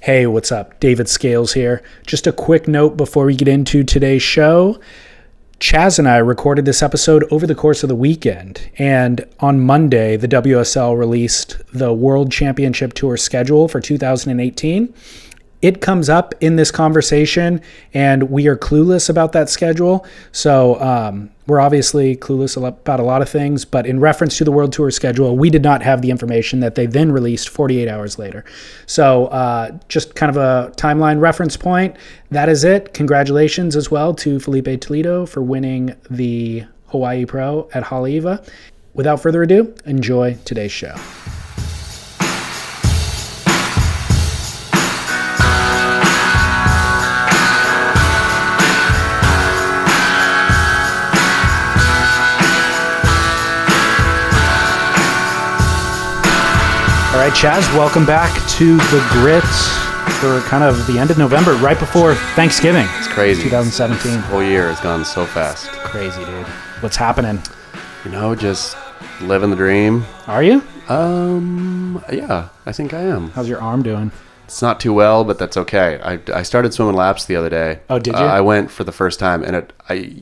Hey, what's up? David Scales here. Just a quick note before we get into today's show. Chaz and I recorded this episode over the course of the weekend. And on Monday, the WSL released the World Championship Tour schedule for 2018. It comes up in this conversation, and we are clueless about that schedule. So um, we're obviously clueless a lot- about a lot of things, but in reference to the World Tour schedule, we did not have the information that they then released 48 hours later. So uh, just kind of a timeline reference point. That is it. Congratulations as well to Felipe Toledo for winning the Hawaii Pro at Haleiwa. Without further ado, enjoy today's show. All right, Chaz, welcome back to the Grits for kind of the end of November, right before Thanksgiving. It's crazy. 2017. This whole year has gone so fast. Crazy, dude. What's happening? You know, just living the dream. Are you? Um, yeah, I think I am. How's your arm doing? It's not too well, but that's okay. I, I started swimming laps the other day. Oh, did Uh, you? I went for the first time, and it I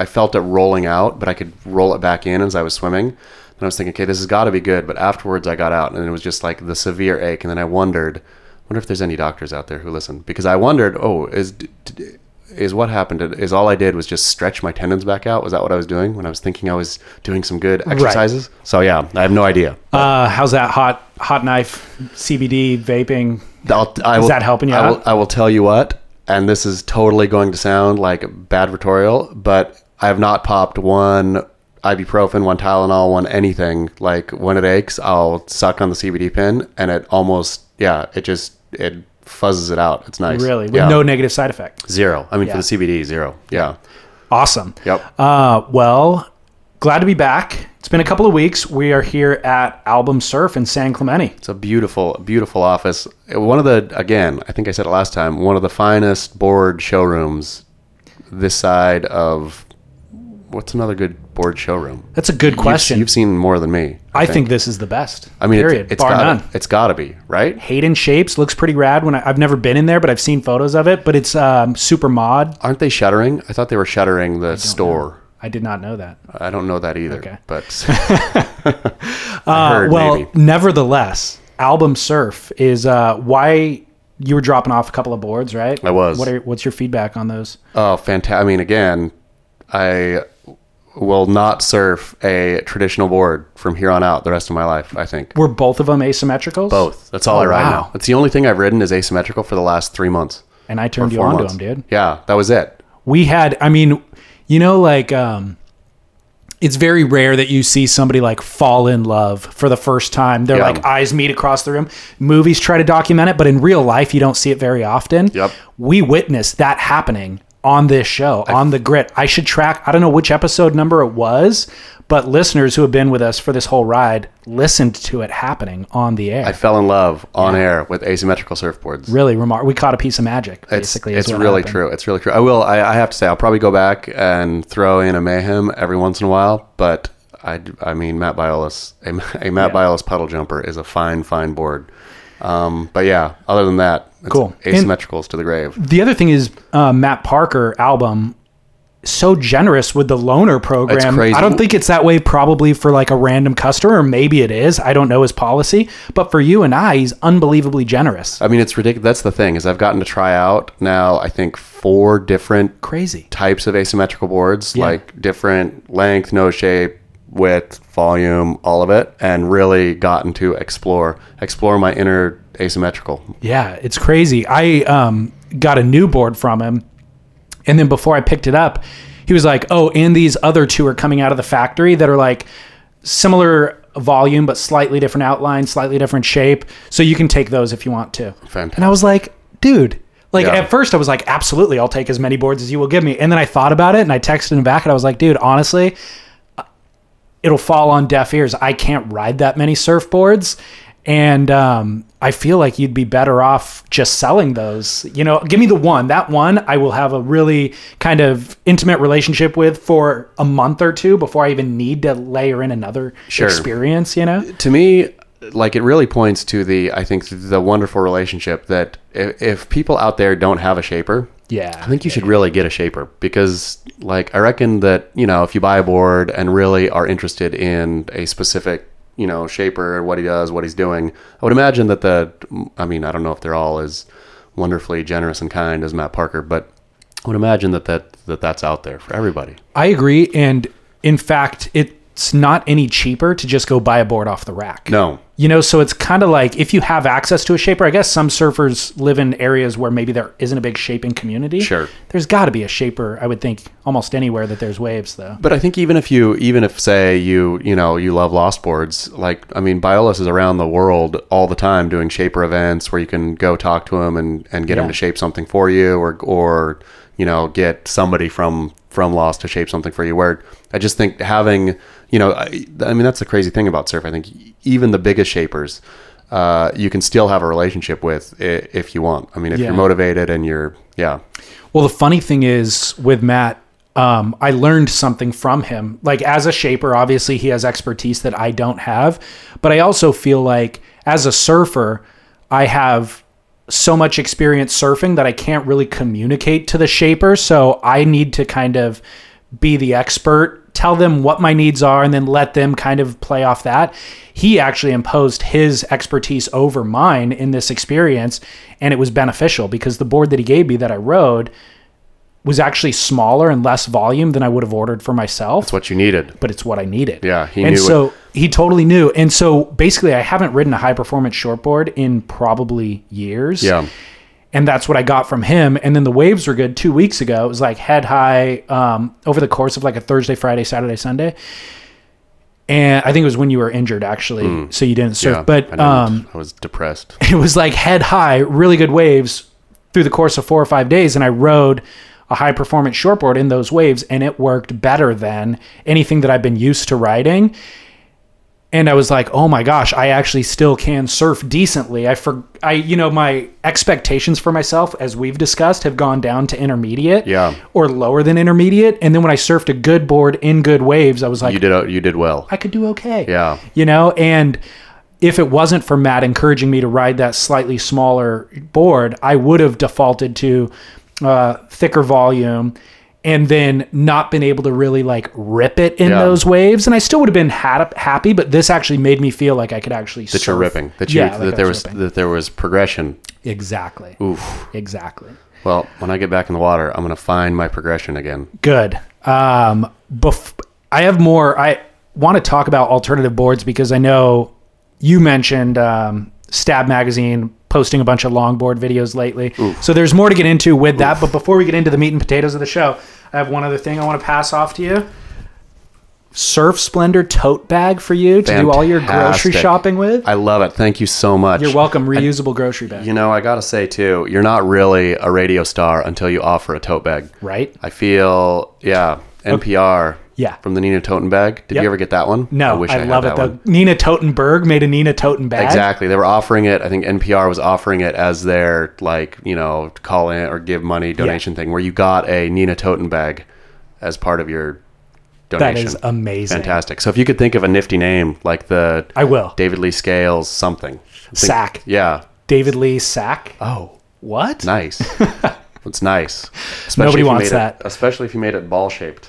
I felt it rolling out, but I could roll it back in as I was swimming. And I was thinking, okay, this has got to be good. But afterwards, I got out, and it was just like the severe ache. And then I wondered, wonder if there's any doctors out there who listen, because I wondered, oh, is d- d- is what happened? Is all I did was just stretch my tendons back out? Was that what I was doing when I was thinking I was doing some good exercises? So yeah, I have no idea. Uh, how's that hot hot knife, CBD vaping? I'll, I Is will, that helping you I out? Will, I will tell you what, and this is totally going to sound like badvertorial, but I have not popped one ibuprofen, one Tylenol, one anything. Like when it aches, I'll suck on the CBD pin, and it almost yeah, it just it fuzzes it out. It's nice. Really, with Yeah. no negative side effect. zero. I mean, Yeah. for the CBD, zero. Yeah. Awesome. Yep. Uh, well, glad to be back. It's been a couple of weeks. We are here at Album Surf in San Clemente. It's a beautiful, beautiful office. One of the, again, I think I said it last time, one of the finest board showrooms this side of, what's another good board showroom? That's a good question. You've seen more than me. I think this is the best. I mean, period, It, has bar gotta, none. It's got to be, right? Hayden Shapes looks pretty rad. When I, I've never been in there, but I've seen photos of it. But it's um, super mod. Aren't they shuttering? I thought they were shuttering the store. I did not know that. I don't know that either. Okay. Uh, But I heard well, maybe. nevertheless, album surf is uh, why you were dropping off a couple of boards, right? I was. What are, what's your feedback on those? Oh, fantastic! I mean, again, I will not surf a traditional board from here on out the rest of my life. I think Were both of them asymmetricals? both. That's all I ride Oh, wow. now. That's the only thing I've ridden is asymmetrical for the last three months. And I turned you four on to months. them, dude. Yeah, that was it. We had, I mean, you know, like, um, it's very rare that you see somebody like fall in love for the first time. They're Yeah. like eyes meet across the room. Movies try to document it, but in real life, you don't see it very often. Yep. We witnessed that happening on this show, on the grit. I should track, I don't know which episode number it was, but listeners who have been with us for this whole ride listened to it happening on the air. I fell in love on air with asymmetrical surfboards. really remarkable. We caught a piece of magic, It's, basically. it's is what really happened. true. It's really true. I will. I, I have to say, I'll probably go back and throw in a mayhem every once in a while. But I, I mean, Matt Biolas, a, a Matt Biolas puddle jumper is a fine, fine board. Um, but yeah, other than that, it's Cool. And- Asymmetricals to the grave. The other thing is uh, Matt Parker album so generous with the loaner program. That's crazy. I don't think it's that way probably for like a random customer, or maybe it is. I don't know his policy, but for you and I, he's unbelievably generous. I mean, it's ridiculous. That's the thing is I've gotten to try out now. I think four different Crazy. types of asymmetrical boards, like different length, nose shape, width, volume, all of it, and really gotten to explore explore my inner asymmetrical. Yeah, it's crazy. I um, got a new board from him, and then before I picked it up, he was like, "Oh, and these other two are coming out of the factory that are like similar volume but slightly different outline, slightly different shape. So you can take those if you want to." Fantastic. And I was like, "Dude." Like Yeah. at first, I was like, "Absolutely, I'll take as many boards as you will give me." And then I thought about it, and I texted him back, and I was like, "Dude, honestly, uh, it'll fall on deaf ears. I can't ride that many surfboards. And um, I feel like you'd be better off just selling those. You know, give me the one. That one I will have a really kind of intimate relationship with for a month or two before I even need to layer in another Sure. experience, you know? To me, like it really points to the I think the wonderful relationship that if, if people out there don't have a shaper, Yeah. I think you should really get a shaper because, like, I reckon that you know if you buy a board and really are interested in a specific you know shaper, what he does, what he's doing, I would imagine that the I mean I don't know if they're all as wonderfully generous and kind as Matt Parker, but I would imagine that that, that that's out there for everybody. I agree. And in fact, it's not any cheaper to just go buy a board off the rack. No, You know, so it's kind of like if you have access to a shaper, I guess some surfers live in areas where maybe there isn't a big shaping community. Sure. There's got to be a shaper, I would think, almost anywhere that there's waves, though. But I think even if you, even if say you, you know, you love lost boards, like I mean, Biolas is around the world all the time doing shaper events where you can go talk to him and and get him Yeah. to shape something for you, or or you know, get somebody from from Lost to shape something for you. Where I just think having, you know, I, I mean, that's the crazy thing about surf. I think even the biggest shapers. Uh, you can still have a relationship with i- if you want. I mean, if Yeah. you're motivated and you're, yeah, Well, the funny thing is with Matt, um, I learned something from him. Like as a shaper, obviously he has expertise that I don't have, but I also feel like as a surfer, I have so much experience surfing that I can't really communicate to the shaper. So I need to kind of be the expert, tell them what my needs are, and then let them kind of play off that. He actually imposed his expertise over mine in this experience, and it was beneficial because the board that he gave me that I rode was actually smaller and less volume than I would have ordered for myself it's what you needed. but it's what I needed. Yeah, he and knew so he totally knew. And so basically, I haven't ridden a high performance shortboard in probably years. Yeah. and that's what I got from him. And then the waves were good two weeks ago. It was like head high um, over the course of like a Thursday, Friday, Saturday, Sunday. And I think it was when you were injured actually, so you didn't surf. Hmm. Yeah, I, but didn't- um, I was depressed. it was like head high, really good waves through the course of four or five days. And I rode a high performance shortboard in those waves, and it worked better than anything that I've been used to riding. And I was like, oh my gosh, I actually still can surf decently. I for I you know my expectations for myself, as we've discussed, have gone down to intermediate, Yeah. or lower than intermediate. And then when I surfed a good board in good waves, I was like, You did, uh, you did well. I could do okay. Yeah. You know, and if it wasn't for Matt encouraging me to ride that slightly smaller board, I would have defaulted to uh, thicker volume and then not been able to really like rip it in Yeah. those waves. And I still would have been hat- happy, but this actually made me feel like I could actually that you're ripping that you Yeah, like I that there was was ripping. that there was progression Exactly. oof Exactly. well when i get back in the water i'm gonna find my progression again Good. Um, bef- I have more. I want to talk about alternative boards because I know you mentioned um, Stab Magazine posting a bunch of longboard videos lately. So there's more to get into with that. But before we get into the meat and potatoes of the show, I have one other thing I want to pass off to you. Surf Splendor tote bag for you to do all your grocery Fantastic. shopping with. i love it thank you so much You're welcome. Reusable grocery bag, you know i gotta say too you're not really a radio star until you offer a tote bag right? i feel yeah npr Yeah. from the nina toten bag did Yep. you ever get that one No, I, had love it that though. one. Nina Totenberg made a Nina Toten bag. Exactly. They were offering it. I think NPR was offering it as their like, you know, call in or give money donation thing where you got a Nina Toten bag as part of your That donation. is amazing. Fantastic. So if you could think of a nifty name like the I will. David Lee Scales something. Think- Sack. Yeah. David Lee Sack. Oh, What? nice. It's nice. Especially Nobody if you wants made it- that. especially if you made it ball shaped.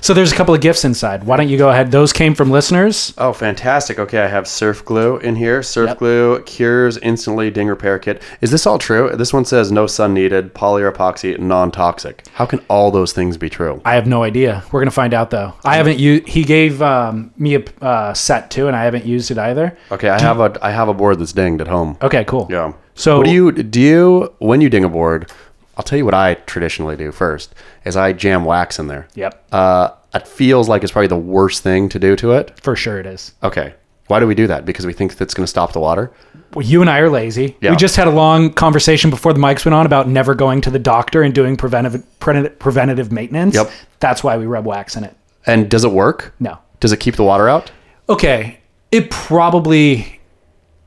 So there's a couple of gifts inside. Why don't you go ahead? Those came from listeners. Oh, fantastic. Okay, I have surf glue in here. Surf Yep. glue cures instantly ding repair kit. Is this all true? This one says no sun needed, polyur epoxy, non toxic. How can all those things be true? I have no idea. We're gonna find out though. I haven't used. He gave um, me a uh, set too, and I haven't used it either. Okay, I have a I have a board that's dinged at home. Okay, cool. Yeah. So- what do you do you when you ding a board? I'll tell you what I traditionally do first is I jam wax in there. Yep. Uh, it feels like it's probably the worst thing to do to it. For sure it is. Okay. Why do we do that? Because we think that's going to stop the water. Well, you and I are lazy. Yeah. We just had a long conversation before the mics went on about never going to the doctor and doing preventive pre- preventative maintenance. Yep. That's why we rub wax in it. And does it work? No. Does it keep the water out? Okay. It probably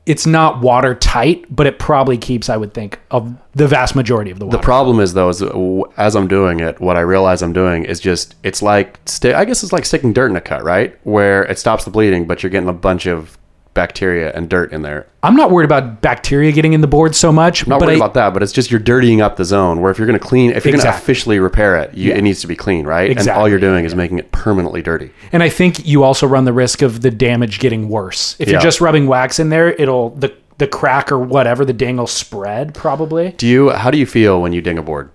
it's not watertight, but it probably keeps, I would think, of the vast majority of the water. The problem is though, is that w- as I'm doing it, what I realize I'm doing is just it's like sti- I guess it's like sticking dirt in a cut, right? Where it stops the bleeding, but you're getting a bunch of bacteria and dirt in there. I'm not worried about bacteria getting in the board so much, I'm not but worried I, about that, but it's just you're dirtying up the zone. Where if you're going to clean, if you're going to Exactly. officially repair it, you, it needs to be clean, right? And all Exactly. you're doing is making it permanently dirty. and I think you also run the risk of the damage getting worse. If Yeah. you're just rubbing wax in there, it'll the the crack or whatever the ding will spread probably. Do you? How do you feel when you ding a board?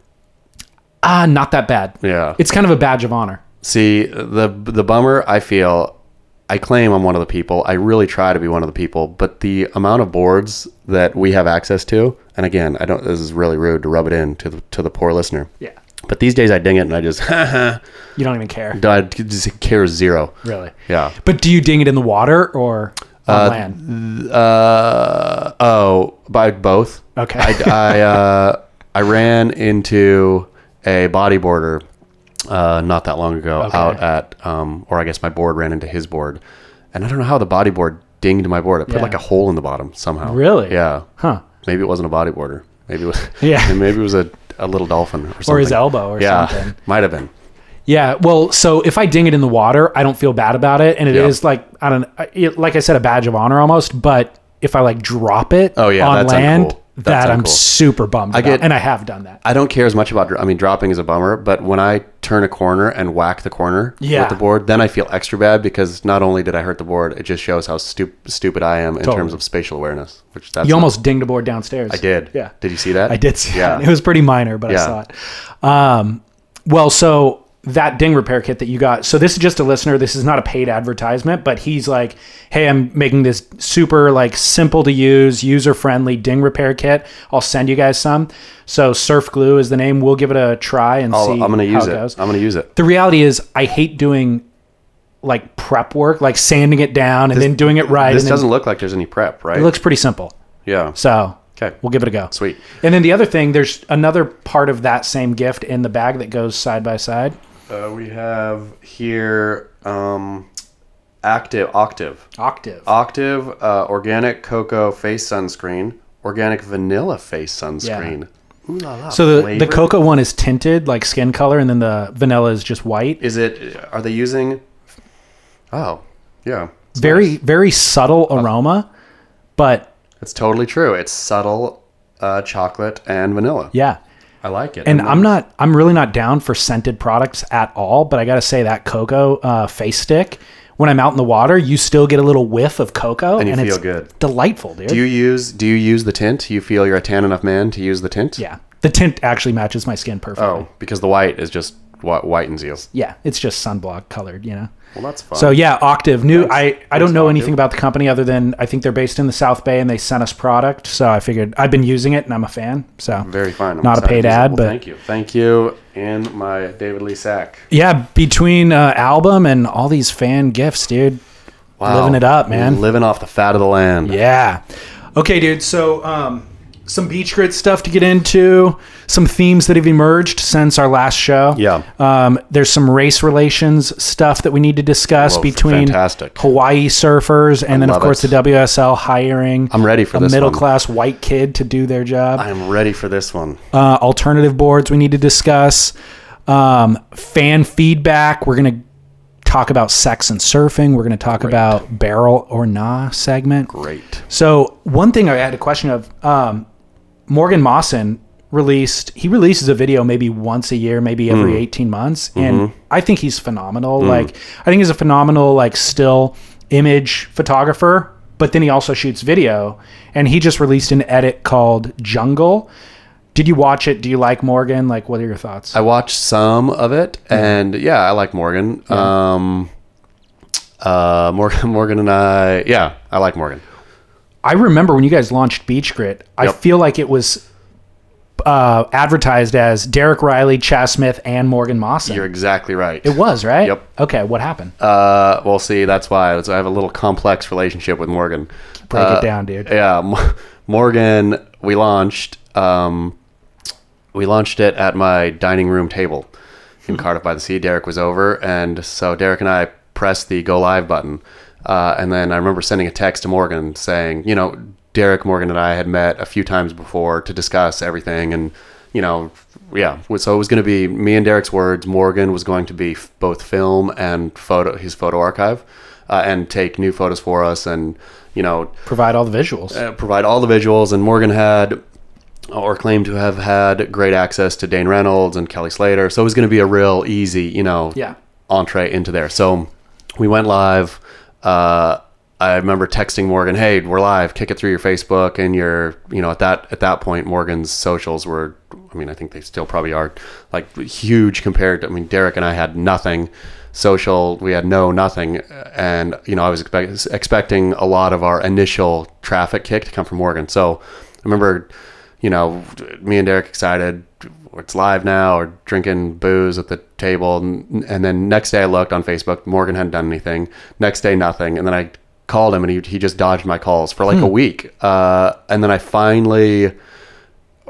Ah, not that bad. Yeah. It's kind of a badge of honor. See, the the bummer I feel, I claim I'm one of the people. I really try to be one of the people, but the amount of boards that we have access to, and again, I don't. This is really rude to rub it in to the, to the poor listener. Yeah. But these days I ding it and I just, I You don't even care. just care zero. Really. Yeah. But do you ding it in the water or on land? Uh oh, by both. Okay. I I, uh, I ran into a bodyboarder uh, not that long ago out at um, or I guess my board ran into his board, and I don't know how the bodyboard dinged my board. It put Yeah. like a hole in the bottom somehow. Really? Yeah. huh. Maybe it wasn't a bodyboarder. Maybe it was. Yeah. Maybe it was a, a little dolphin or something. Or his elbow or Yeah. something. Might have been. Yeah. Well, so if I ding it in the water, I don't feel bad about it, and it is Yeah. like I don't, I- it, like I said, a badge of honor almost. But if I like drop it, Oh, yeah, on that's land, uncool. That's that I'm uncool. super bummed. I get- and I have done that. I don't care as much about. dr- I mean, dropping is a bummer, but when I turn a corner and whack the corner Yeah. with the board, then I feel extra bad because not only did I hurt the board, it just shows how stup- stupid I am in Totally. terms of spatial awareness. Which that's You not- almost dinged a board downstairs. I did. Yeah. Did you see that? I did see Yeah. it. It was pretty minor, but I Yeah. saw it. Um, well, so that ding repair kit that you got. So this is just a listener. This is not a paid advertisement, but he's like, "Hey, I'm making this super like simple to use, user friendly ding repair kit. I'll send you guys some." So Surf Glue is the name. We'll give it a try and I'll- see I'm going to how use it it. goes. I'm going to use it. The reality is, I hate doing like prep work, like sanding it down and then doing it right. This and then- doesn't look like there's any prep, right? It looks pretty simple. yeah. So Okay. we'll give it a go. Sweet. And then the other thing, there's another part of that same gift in the bag that goes side by side. Uh, we have here um, active octave. Octave. Octave uh, organic cocoa face sunscreen, organic vanilla face sunscreen. Ooh la la. so the, the Flavor? cocoa one is tinted like skin color, and then the vanilla is just white. Is it? Are they using? Oh, yeah. very very subtle aroma, but That's totally true. It's subtle uh, chocolate and vanilla. yeah. I like it. And I'm not I'm really not down for scented products at all. But I gotta say that cocoa uh, face stick. When I'm out in the water, you still get a little whiff of cocoa, and, you it's feel good. delightful, dude. Do you use Do you use the tint? You feel you're a tan enough man to use the tint? yeah, the tint actually matches my skin perfectly. Oh, because the white is just what whitens you. yeah, it's just sunblock colored, you know. Well, that's fun. So yeah, Octave. New. I I don't know Octave. anything about the company other than I think they're based in the South Bay and they sent us product. So I figured I've been using it and I'm a fan. So very fun. I'm not a excited paid to use it. ad, Well, but- thank you, thank you, and my David Lee Sack. yeah, between uh, album and all these fan gifts, dude. Living it up, man. Living off the fat of the land. Yeah. Okay, dude. So um, some beach grit stuff to get into. Some themes that have emerged since our last show. Yeah. Um, there's some race relations stuff that we need to discuss Well, between Oh, fantastic. Hawaii surfers and then of love course it. the WSL hiring. I'm ready for a this one. middle class white kid to do their job. I'm ready for this one. Uh, alternative boards we need to discuss. Um, fan feedback. We're gonna talk about sex and surfing. We're gonna talk about barrel or nah segment. Great. So one thing I had a question of um, Morgan Mawson released. He releases a video maybe once a year, maybe every Mm. eighteen months, Mm-hmm. and I think he's phenomenal. Like I think he's a phenomenal like still image photographer. But then he also shoots video, and he just released an edit called Jungle. Did you watch it? Do you like Morgan? Like, what are your thoughts? I watched some of it, and yeah, I like Morgan. Um, uh, Morgan, Morgan, and I, yeah, I like Morgan. I remember when you guys launched Beach Grit, I Yep. feel like it was uh, advertised as Derek Riley, Chas Smith, and Morgan Mawson. You're exactly right. It was, right? Yep. Okay, what happened? Uh, well, see, that's why I, was, I have a little complex relationship with Morgan. Break Uh, it down, dude. Yeah, Mo- Morgan, we launched. Um, we launched it at my dining room table in Cardiff by the Sea. Derek was over, and so Derek and I pressed the go live button. Uh, and then I remember sending a text to Morgan saying, you know, Derek, Morgan, and I had met a few times before to discuss everything, and you know, yeah. So it was going to be me and Derek's words. Morgan was going to be f- both film and photo, his photo archive, uh, and take new photos for us, and you know, Provide all the visuals. uh, provide all the visuals. And Morgan had, uh, or claimed to have had, great access to Dane Reynolds and Kelly Slater. So it was going to be a real easy, you know, Yeah. entree into there. So we went live. Uh, I remember texting Morgan, "Hey, we're live. Kick it through your Facebook and your, you know, at that at that point, Morgan's socials were. I mean, I think they still probably are like huge compared. to, I mean, Derek and I had nothing social. We had no nothing, and you know, I was expect, expecting a lot of our initial traffic kick to come from Morgan. So I remember, you know, me and Derek excited. It's live now, or drinking booze at the table, and, and then next day I looked on Facebook. Morgan hadn't done anything. Next day, nothing, and then I called him, and he he just dodged my calls for like a week. Uh, and then I finally,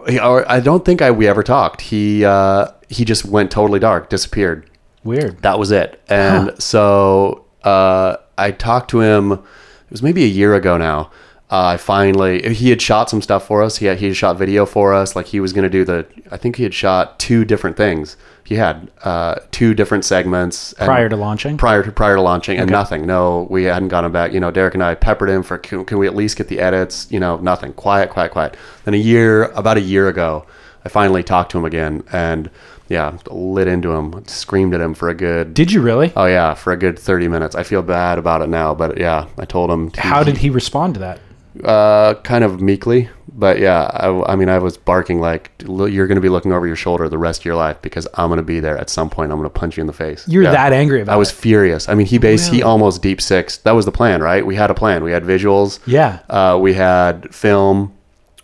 he, or I don't think I we ever talked. He uh, he just went totally dark, disappeared Weird. that was it. And so uh, I talked to him. It was maybe a year ago now. Uh, I finally he had shot some stuff for us. He had, he had shot video for us. Like he was going to do the. I think he had shot two different things. He had uh, two different segments and- Prior to launching. Prior to prior to launching, and nothing. No, we hadn't gotten back. You know, Derek and I peppered him for can, can we at least get the edits? You know, nothing. Quiet, quiet, quiet. Then a year, about a year ago, I finally talked to him again, and yeah, lit into him, screamed at him for a good. Did you really? oh yeah, for a good thirty minutes. I feel bad about it now, but yeah, I told him. to- How did he respond to that? uh, kind of meekly, but yeah, I, I mean, I was barking like, "Look, you're going to be looking over your shoulder the rest of your life because I'm going to be there at some point. I'm going to punch you in the face. You're Yeah. that angry about I was it. furious. I mean, he based, he almost deep six. That was the plan, right? We had a plan. We had visuals. Yeah. Uh, we had film.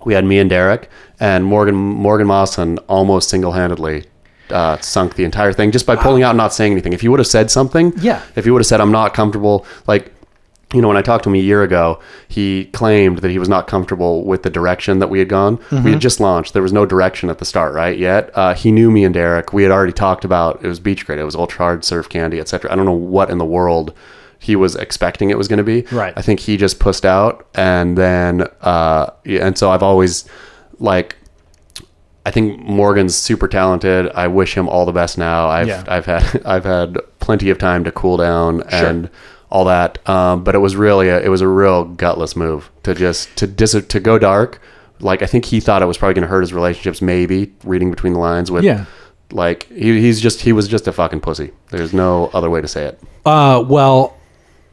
We had me and Derek and Morgan. Morgan Mawson almost single handedly uh, sunk the entire thing just by pulling out and not saying anything. If he would have said something, Yeah. If he would have said, "I'm not comfortable," like. You know, when I talked to him a year ago, he claimed that he was not comfortable with the direction that we had gone. We had just launched; there was no direction at the start, right? Yet uh, he knew me and Derek. We had already talked about it was beach grade, it was ultra hard surf candy, etc. I don't know what in the world he was expecting it was going to be. Right. I think he just pushed out, and then uh, yeah, and so I've always like. I think Morgan's super talented. I wish him all the best now. I've Yeah. I've had I've had plenty of time to cool down and all that. Um, but it was really a, it was a real gutless move to just to dis- to go dark. Like I think he thought it was probably going to hurt his relationships. Maybe reading between the lines with Yeah. Like he, he's just he was just a fucking pussy. There's no other way to say it. Uh, well,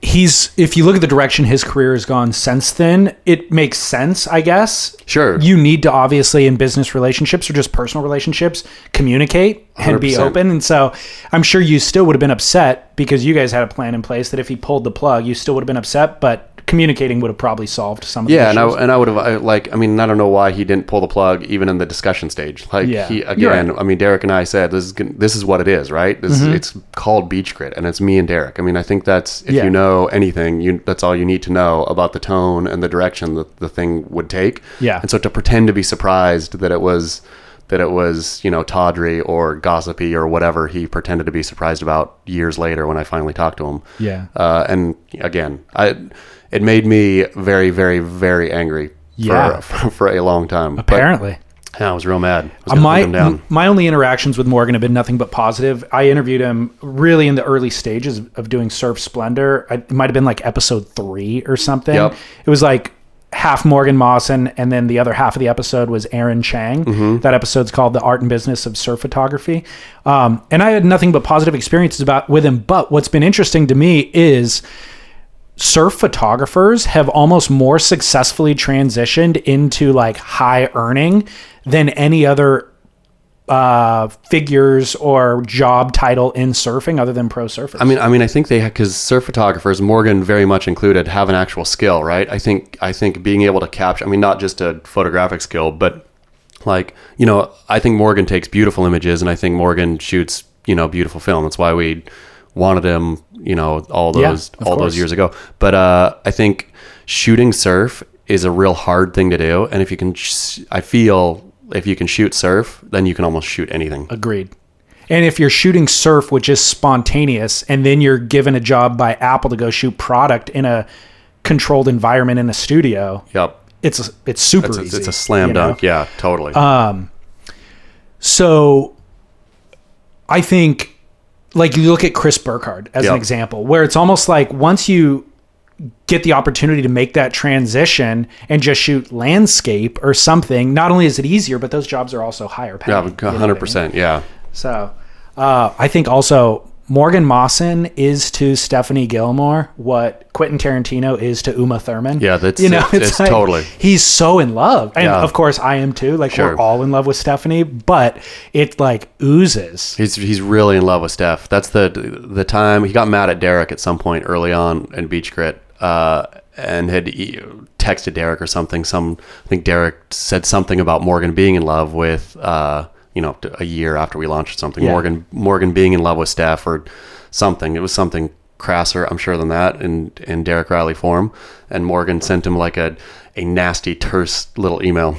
he's if you look at the direction his career has gone since then, it makes sense, I guess. Sure. You need to obviously in business relationships or just personal relationships communicate and be 100%. open. And so I'm sure you still would have been upset because you guys had a plan in place that if he pulled the plug, you still would have been upset, but communicating would have probably solved some of the Yeah, and I, issues. and I would have I, like I mean I don't know why he didn't pull the plug even in the discussion stage. Like Yeah. he You're again, I mean Derek and I said this is gon- this is what it is, right? This Mm-hmm. it's called Beach Grit and it's me and Derek. I mean I think that's if Yeah. you know anything, you that's all you need to know about the tone and the direction that the thing would take. Yeah. And so to pretend to be surprised that it was that it was, you know, tawdry or gossipy or whatever he pretended to be surprised about years later when I finally talked to him Yeah. uh, and again, I it made me very, very, very angry Yeah. for, for for a long time. But, Apparently. yeah, I was real mad. I was Uh, gonna my hunt him down. my only interactions with Morgan have been nothing but positive. I interviewed him really in the early stages of doing Surf Splendor. I, it might have been like episode three or something. Yep. It was like half Morgan Mawson, and then the other half of the episode was Aaron Chang. Mm-hmm. That episode's called "The Art and Business of Surf Photography," um, and I had nothing but positive experiences about with him. But what's been interesting to me is surf photographers have almost more successfully transitioned into like high earning than any other uh, figures or job title in surfing other than pro surfers. I mean, I mean, I think they because surf photographers, Morgan very much included, have an actual skill, right? I think, I think being able to capture, I mean, not just a photographic skill, but like you know, I think Morgan takes beautiful images, and I think Morgan shoots you know beautiful film. That's why we wanted him, you know, all Yeah, those of all course. those years ago. But uh, I think shooting surf is a real hard thing to do, and if you can, sh- I feel if you can shoot surf, then you can almost shoot anything. Agreed. And if you're shooting surf, which is spontaneous, and then you're given a job by Apple to go shoot product in a controlled environment in a studio, Yep. it's it's super It's a, easy. it's a slam you know? dunk. Yeah, totally. So I think like you look at Chris Burkhardt as an Yep. example, where it's almost like once you get the opportunity to make that transition and just shoot landscape or something, not only is it easier, but those jobs are also higher paying. Yeah, you know what I mean? 100%. Yeah. So uh, I think also Morgan Mawson is to Stephanie Gilmore what Quentin Tarantino is to Uma Thurman. Yeah, that's- it's- it's totally. He's so in love, and Yeah. of course I am too. Like Sure. we're all in love with Stephanie, but it like oozes. He's he's really in love with Steph. That's the the time he got mad at Derek at some point early on in Beach Grit, uh, and had e- texted Derek or something. Some I think Derek said something about Morgan being in love with uh, you know a year after we launched or something. Yeah. Morgan Morgan being in love with Steph or something. It was something crasser, I'm sure, than that in in Derek Riley form. And Morgan sent him like a a nasty, terse little email.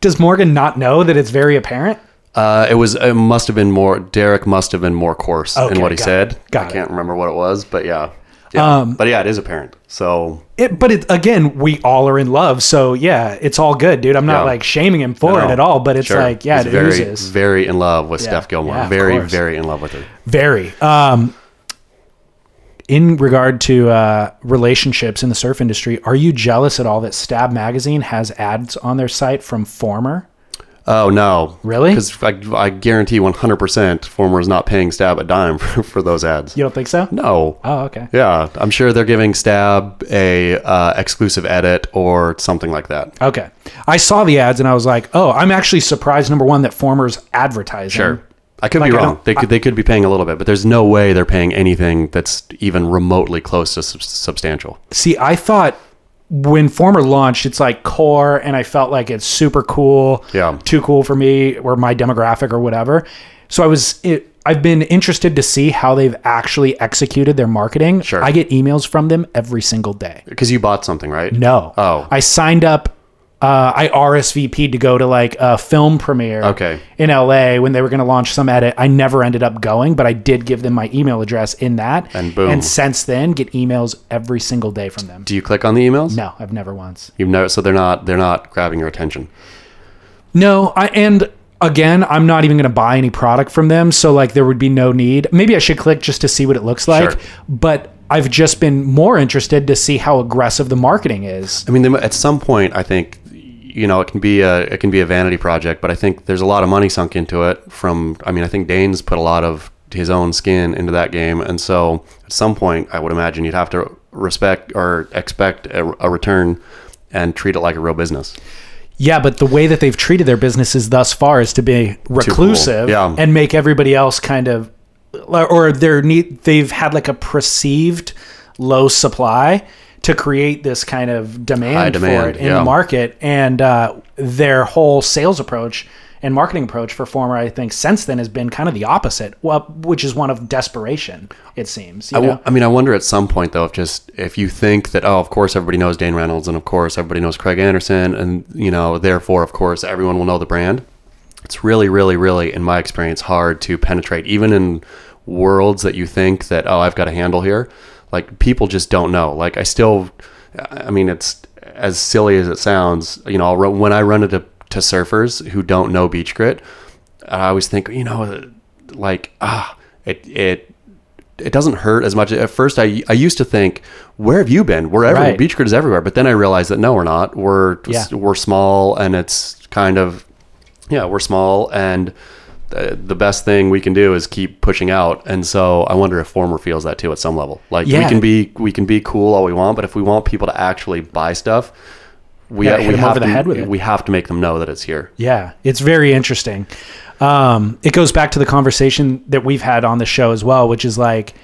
Does Morgan not know that it's very apparent? Uh, it was. It must have been more. Derek must have been more coarse Okay, in what he got said. it, got I it. Um, can't remember what it was, but yeah. yeah. but yeah, it is apparent. So It, but it, again, we all are in love, so yeah, it's all good, dude. I'm not Yeah. like shaming him for no, it at all, but it's sure. like, yeah, He's it very, oozes. very in love with Steph Gilmore. yeah, of very, course. very in love with her. Very. Um, in regard to uh, relationships in the surf industry, are you jealous at all that Stab Magazine has ads on their site from former? Oh no, Really? Because I, I guarantee 100 percent Former is not paying Stab a dime for, for those ads. You don't think so? No. Oh, okay. Yeah, I'm sure they're giving Stab a uh, exclusive edit or something like that. Okay. I saw the ads and I was like, oh, I'm actually surprised, number one, that former's advertising. I could Mm-hmm. Like, be I wrong. don't- They could they could be paying a little bit, but there's no way they're paying anything that's even remotely close to sub- substantial. See, I thought when former launched, it's like core, and I felt like it's super cool, Yeah. too cool for me or my demographic or whatever. So I was, it, I've been interested to see how they've actually executed their marketing. Sure. I get emails from them every single day. Because you bought something, right? No, Oh. I signed up. Uh, I RSVP'd to go to like a film premiere Okay. in LA when they were going to launch some edit. I never ended up going, but I did give them my email address in that. And boom. And since then, get emails every single day from them. Do you click on the emails? No, I've never once. You've never, so they're not they're not grabbing your attention. No, I and again, I'm not even going to buy any product from them, so like there would be no need. Maybe I should click just to see what it looks like, Sure. but I've just been more interested to see how aggressive the marketing is. I mean, they, mu- at some point, I think you know it can be a it can be a vanity project, but I think there's a lot of money sunk into it. From I mean, I think Dane's put a lot of his own skin into that game, and so at some point, I would imagine you'd have to respect or expect a, a return and treat it like a real business. Yeah, but the way that they've treated their businesses thus far is to be reclusive Yeah. and make everybody else kind of or they're neat they've had like a perceived low supply to create this kind of High demand, for it demand, in yeah. the market and uh, their whole sales approach and marketing approach for former i think since then has been kind of the opposite well, which is one of desperation it seems you I know? wo- I mean, I wonder at some point though, if just if you think that oh, of course everybody knows Dane Reynolds and of course everybody knows Craig Anderson, and you know therefore of course everyone will know the brand. It's really, really, really, in my experience, hard to penetrate even in worlds that you think that oh, I've got a handle here. Like people just don't know. Like I still, I mean, it's as silly as it sounds. You know, I'll run, when I run into to surfers who don't know beach grit, I always think you know, like ah, it it it doesn't hurt as much. At first, I I used to think, where have you been? We're everywhere. Right. Beach grit is everywhere. But then I realized that no, we're not. We're Yeah. we're small, and it's kind of yeah, we're small, and uh, the best thing we can do is keep pushing out. And so I wonder if former feels that too at some level. Like we Yeah. can be we can be cool all we want, but if we want people to actually buy stuff, we Gotta hit we 'em have over the to head with it. we have to make them know that it's here. Yeah, it's very interesting. Um, it goes back to the conversation that we've had on the show as well, which is like,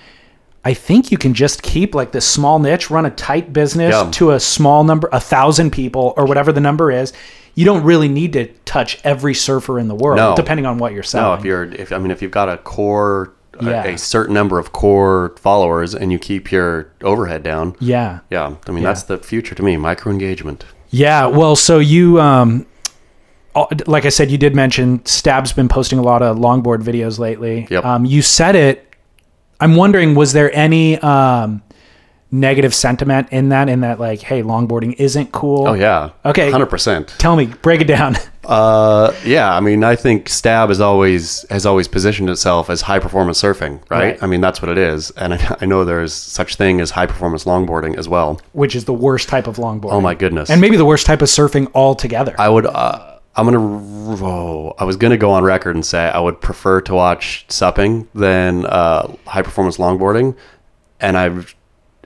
I think you can just keep like this small niche, run a tight business Yeah. to a small number, a thousand people or whatever the number is. You don't really need to touch every surfer in the world, No. depending on what you're No, selling. Oh, if you're if I mean if you've got a core a- Um, Yeah. a, certain number of core followers and you keep your overhead down. yeah, Yeah, I mean that's the future to me. Micro engagement. yeah. Well, so you, um, all- like I said, you did mention Stab's been posting a lot of longboard videos lately. Yep. Um, you said it. I'm wondering, was there any? Um, negative sentiment in that, in that like, hey, longboarding isn't cool? Oh yeah. Okay. Hundred percent. Tell me, break it down. Uh, yeah. I mean, I think Stab has always has always positioned itself as high performance surfing, right? Right. I mean, that's what it is, and I, I know there's such thing as high performance longboarding as well. Which is the worst type of longboarding. Oh my goodness. And maybe the worst type of surfing altogether. I would. Uh, I'm gonna. Oh, I was gonna go on record and say I would prefer to watch supping than uh, high performance longboarding, and I,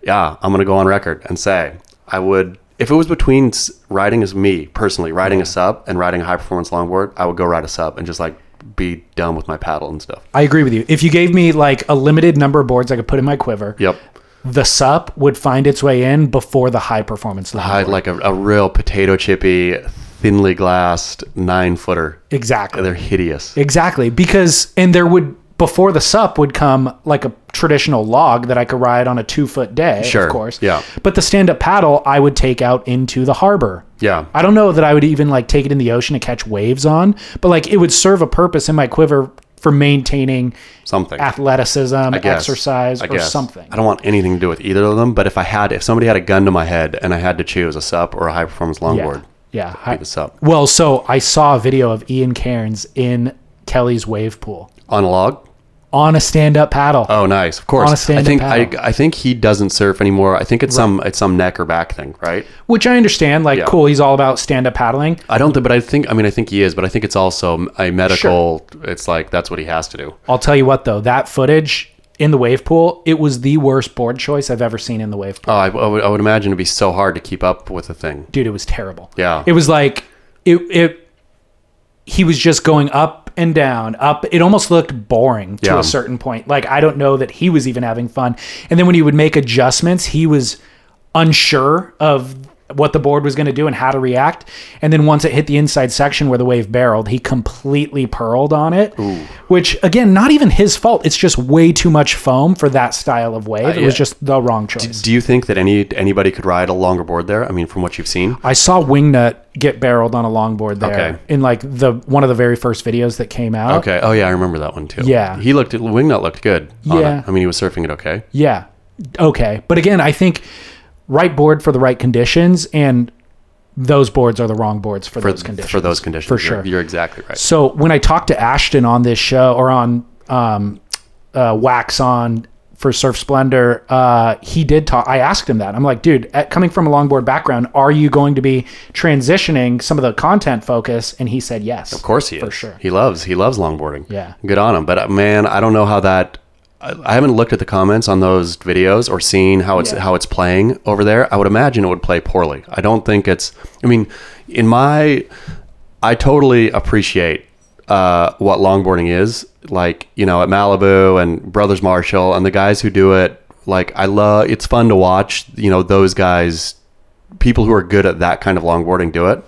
yeah, I'm gonna go on record and say I would. If it was between s- riding as me personally, riding a sub and riding a high performance longboard, I would go ride a sub and just like be done with my paddle and stuff. I agree with you. If you gave me like a limited number of boards I could put in my quiver, Yep, the sup would find its way in before the high performance level. I like a, a real potato chippy, thinly glassed nine footer. exactly. They're hideous. Exactly. Because and there would before the sup would come like a traditional log that I could ride on a two foot day, Sure. of course. Yeah. But the stand up paddle I would take out into the harbor. Yeah, I don't know that I would even like take it in the ocean to catch waves on, but like it would serve a purpose in my quiver for maintaining something. athleticism, guess. exercise, I or guess. something. I don't want anything to do with either of them, but if I had, if somebody had a gun to my head and I had to choose a sup or a high performance longboard, Yeah. it'd be the sup Well, so I saw a video of Ian Cairns in Kelly's wave pool on a log. on a stand up paddle. Oh, nice. On Of a course. I stand-up think I, paddle. I think he doesn't surf anymore. I think it's some it's some neck or back thing, right? which I understand. Like, Yeah. cool, he's all about stand up paddling. I don't think, but I think I mean I think he is, but I think it's also a medical. It's like that's what he has to do. I'll tell you what, though, that footage in the wave pool, it was the worst board choice I've ever seen in the wave pool. Oh, I, I would, I would imagine it'd be so hard to keep up with the thing. Dude, it was terrible. Yeah. It was like, it, it, he was just going up and down, up. It almost looked boring to Yeah. a certain point. Like, I don't know that he was even having fun. And then when he would make adjustments, he was unsure of what the board was going to do and how to react. And then once it hit the inside section where the wave barreled, he completely purled on it, which again, not even his fault. It's just way too much foam for that style of wave. It was Uh, yeah. just the wrong choice. Do you think that any anybody could ride a longer board there? I mean, from what you've seen, I saw Wingnut get barreled on a longboard there Okay. in like the one of the very first videos that came out. Okay. Oh yeah, I remember that one too. Yeah. He looked Wingnut looked good. on it. Yeah. I mean, he was surfing it okay. Yeah. Okay. But again, I think right board for the right conditions and those boards are the wrong boards for, those conditions. For those conditions. For You're- sure. You're exactly right. So when I talked to Ashton on this show or on um, uh, Wax on for Surf Splendor, uh, he did talk. I asked him that. I'm like, dude, at, coming from a longboard background, are you going to be transitioning some of the content focus? And he said yes. Of course he is. For sure. He loves he loves longboarding. Yeah. Good on him. But uh, man, I don't know how that. I I haven't looked at the comments on those videos or seen how it's Yeah. how it's playing over there. I would imagine it would play poorly. I don't think it's. I mean, in my, I totally appreciate uh, what longboarding is. Like you know, at Malibu and Brothers Marshall and the guys who do it. Like I love. It's fun to watch. You know, those guys, people who are good at that kind of longboarding, do it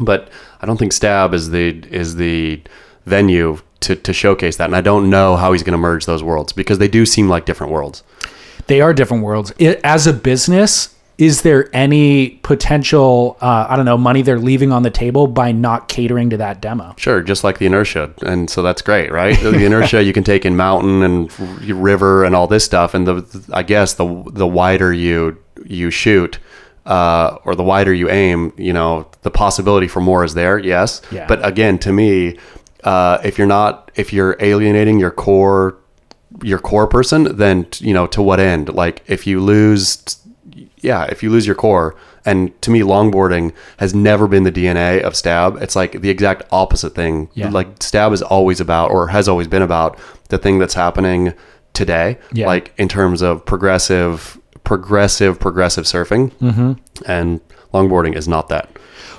but I don't think Stab is the is the venue to, to showcase that, and I don't know how he's going to merge those worlds because they do seem like different worlds. They are different worlds. I as a business, is there any potential, uh, I don't know, money they're leaving on the table by not catering to that demo? Sure, just like the inertia, and so that's great, right? The inertia you can take in mountain and r- river and all this stuff, and the I guess the the wider you you shoot. Uh, or the wider you aim, you know, the possibility for more is there. Yes, Yeah. but again, to me, uh, if you're not, if you're alienating your core your core person, then t- you know to what end? Like if you lose, t- yeah, if you lose your core, and to me, longboarding has never been the DNA of stab. It's like the exact opposite thing. Yeah. Like stab is always about, or has always been about, the thing that's happening today. Yeah. Like in terms of progressive, progressive, progressive surfing, mm-hmm. and longboarding is not that.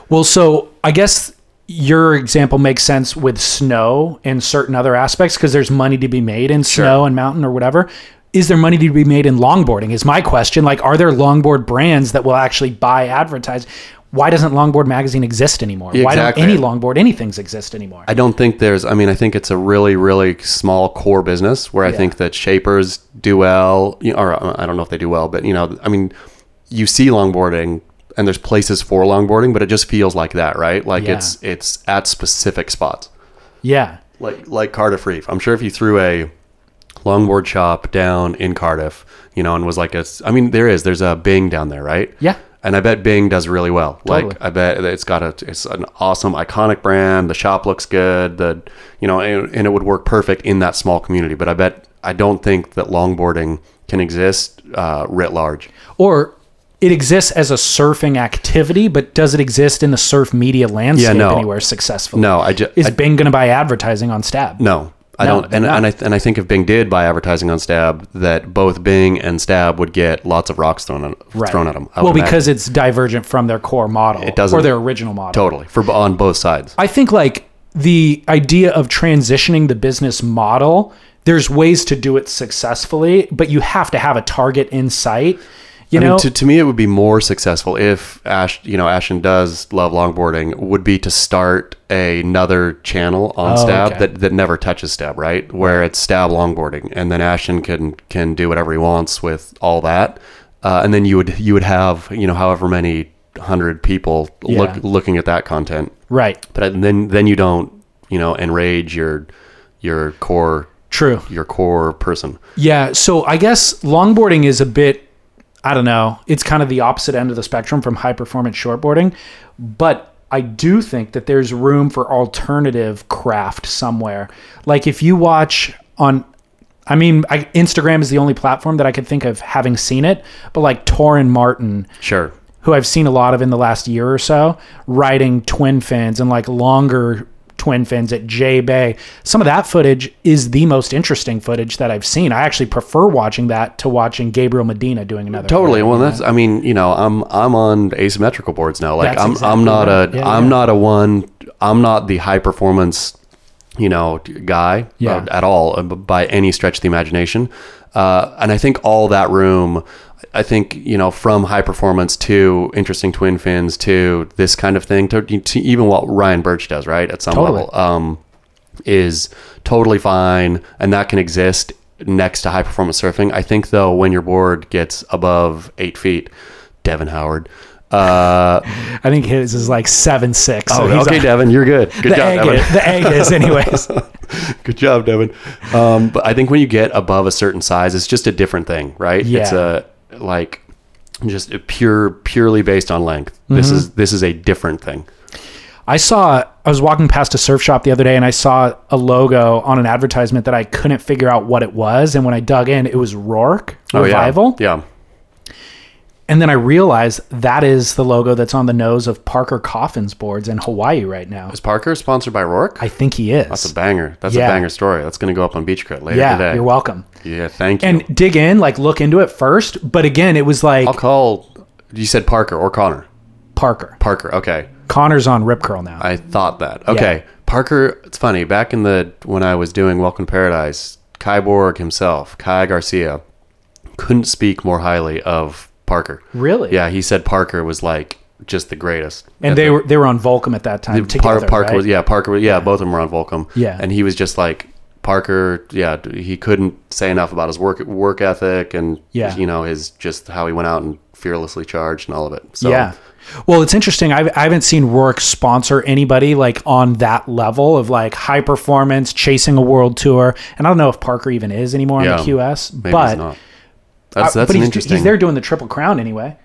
Well, so I guess your example makes sense with snow and certain other aspects because there's money to be made in snow and mountain or whatever. Is there money to be made in longboarding? Is my question. Like, are there longboard brands that will actually buy advertise? Why doesn't Longboard Magazine exist anymore? Why don't Exactly. any longboard anything's exist anymore? I don't think there's. I mean, I think it's a really, really small core business where I think that shapers do well, you know, or uh, I don't know if they do well, but you know, I mean, you see longboarding and there's places for longboarding, but it just feels like that, right? Like Yeah. it's it's at specific spots, yeah. like like Cardiff Reef. I'm sure if you threw a longboard shop down in Cardiff, you know, and was like a. I mean, there is there's a Bing down there, right? Yeah. And I bet Bing does really well. Totally. Like I bet it's got a it's an awesome iconic brand. The shop looks good. The you know and, and it would work perfect in that small community. But I bet I don't think that longboarding can exist uh, writ large. Or it exists as a surfing activity, but does it exist in the surf media landscape no. anywhere successfully? No, I just Is Bing going to buy advertising on Stab? No, I No, don't. they're And, not. and I and I think if Bing did buy advertising on Stab, that both Bing and Stab would get lots of rocks thrown at, thrown at them. well, because it's divergent from their core model it doesn't- or their original model. totally for on both sides. I think like the idea of transitioning the business model, there's ways to do it successfully, but you have to have a target in sight. You I know, mean, to, to me, it would be more successful if Ash, you know, Ashton does love longboarding. Would be to start another channel on Stab Oh, okay. that, that never touches Stab, right? Where it's Stab longboarding, and then Ashton can can do whatever he wants with all that, uh, and then you would you would have you know however many hundred people Yeah. look looking at that content. right? but then then you don't you know enrage your your core True. your core person Yeah. So I guess longboarding is a bit, I don't know, it's kind of the opposite end of the spectrum from high performance shortboarding. But I do think that there's room for alternative craft somewhere. Like if you watch on, I mean, I, Instagram is the only platform that I could think of having seen it, but like Torin Martin sure who I've seen a lot of in the last year or so, riding twin fins and like longer twin fins at J Bay. Some of that footage is the most interesting footage that I've seen. I actually prefer watching that to watching Gabriel Medina doing another. totally ride. well that's i mean you know i'm i'm on asymmetrical boards now like That's i'm exactly i'm not right. a Yeah, am yeah. not a one i'm not the high performance you know guy uh, Yeah. at all uh, b- by any stretch of the imagination uh, and i think all that room i think you know from high performance to interesting twin fins to this kind of thing to, to even what ryan birch does right at some Totally. level um, is totally fine and that can exist next to high performance surfing. I think though when your board gets above eight feet, Devin Howard. Uh, I think his is like seven six. So he's Oh, okay, a- Devin, you're good. Good the job, egg, Devin. is, the egg is, anyways. Good job, Devin. Um, but I think when you get above a certain size, it's just a different thing, right? It's Yeah. a like just a pure purely based on length. This Mm-hmm. is this is a different thing. I saw I was walking past a surf shop the other day and I saw a logo on an advertisement that I couldn't figure out what it was. And when I dug in, it was Rourke Revival. Oh, yeah. yeah. And then I realized that is the logo that's on the nose of Parker Coffin's boards in Hawaii right now. Is Parker sponsored by Rourke? I think he is. That's a banger. That's Yeah. a banger story. That's going to go up on Beach Crit later yeah, today. you're welcome. Yeah, thank you. And dig in, like look into it first. But again, it was like I'll call. You said Parker or Connor. Parker. Parker. Okay, Connor's on Rip Curl now. I thought that. Okay, Parker. It's funny. Back in the when I was doing Welcome to Paradise, Kai Borg himself, Kai Garcia, couldn't speak more highly of Parker. Really? Yeah, he said Parker was like just the greatest. and they were they were on Volcom at that time Par- together. Parker right? was yeah Parker was, yeah both of them were on Volcom Yeah. and he was just like Parker yeah d- he couldn't say enough about his work work ethic and Yeah. you know his just how he went out and fearlessly charged and all of it so yeah. Well, it's interesting. I've, I haven't seen Rourke sponsor anybody like on that level of like high performance, chasing a world tour. And I don't know if Parker even is anymore on Yeah. the QS, Maybe but he's not. That's, uh, but that's an he's, interesting. he's there doing the Triple Crown anyway.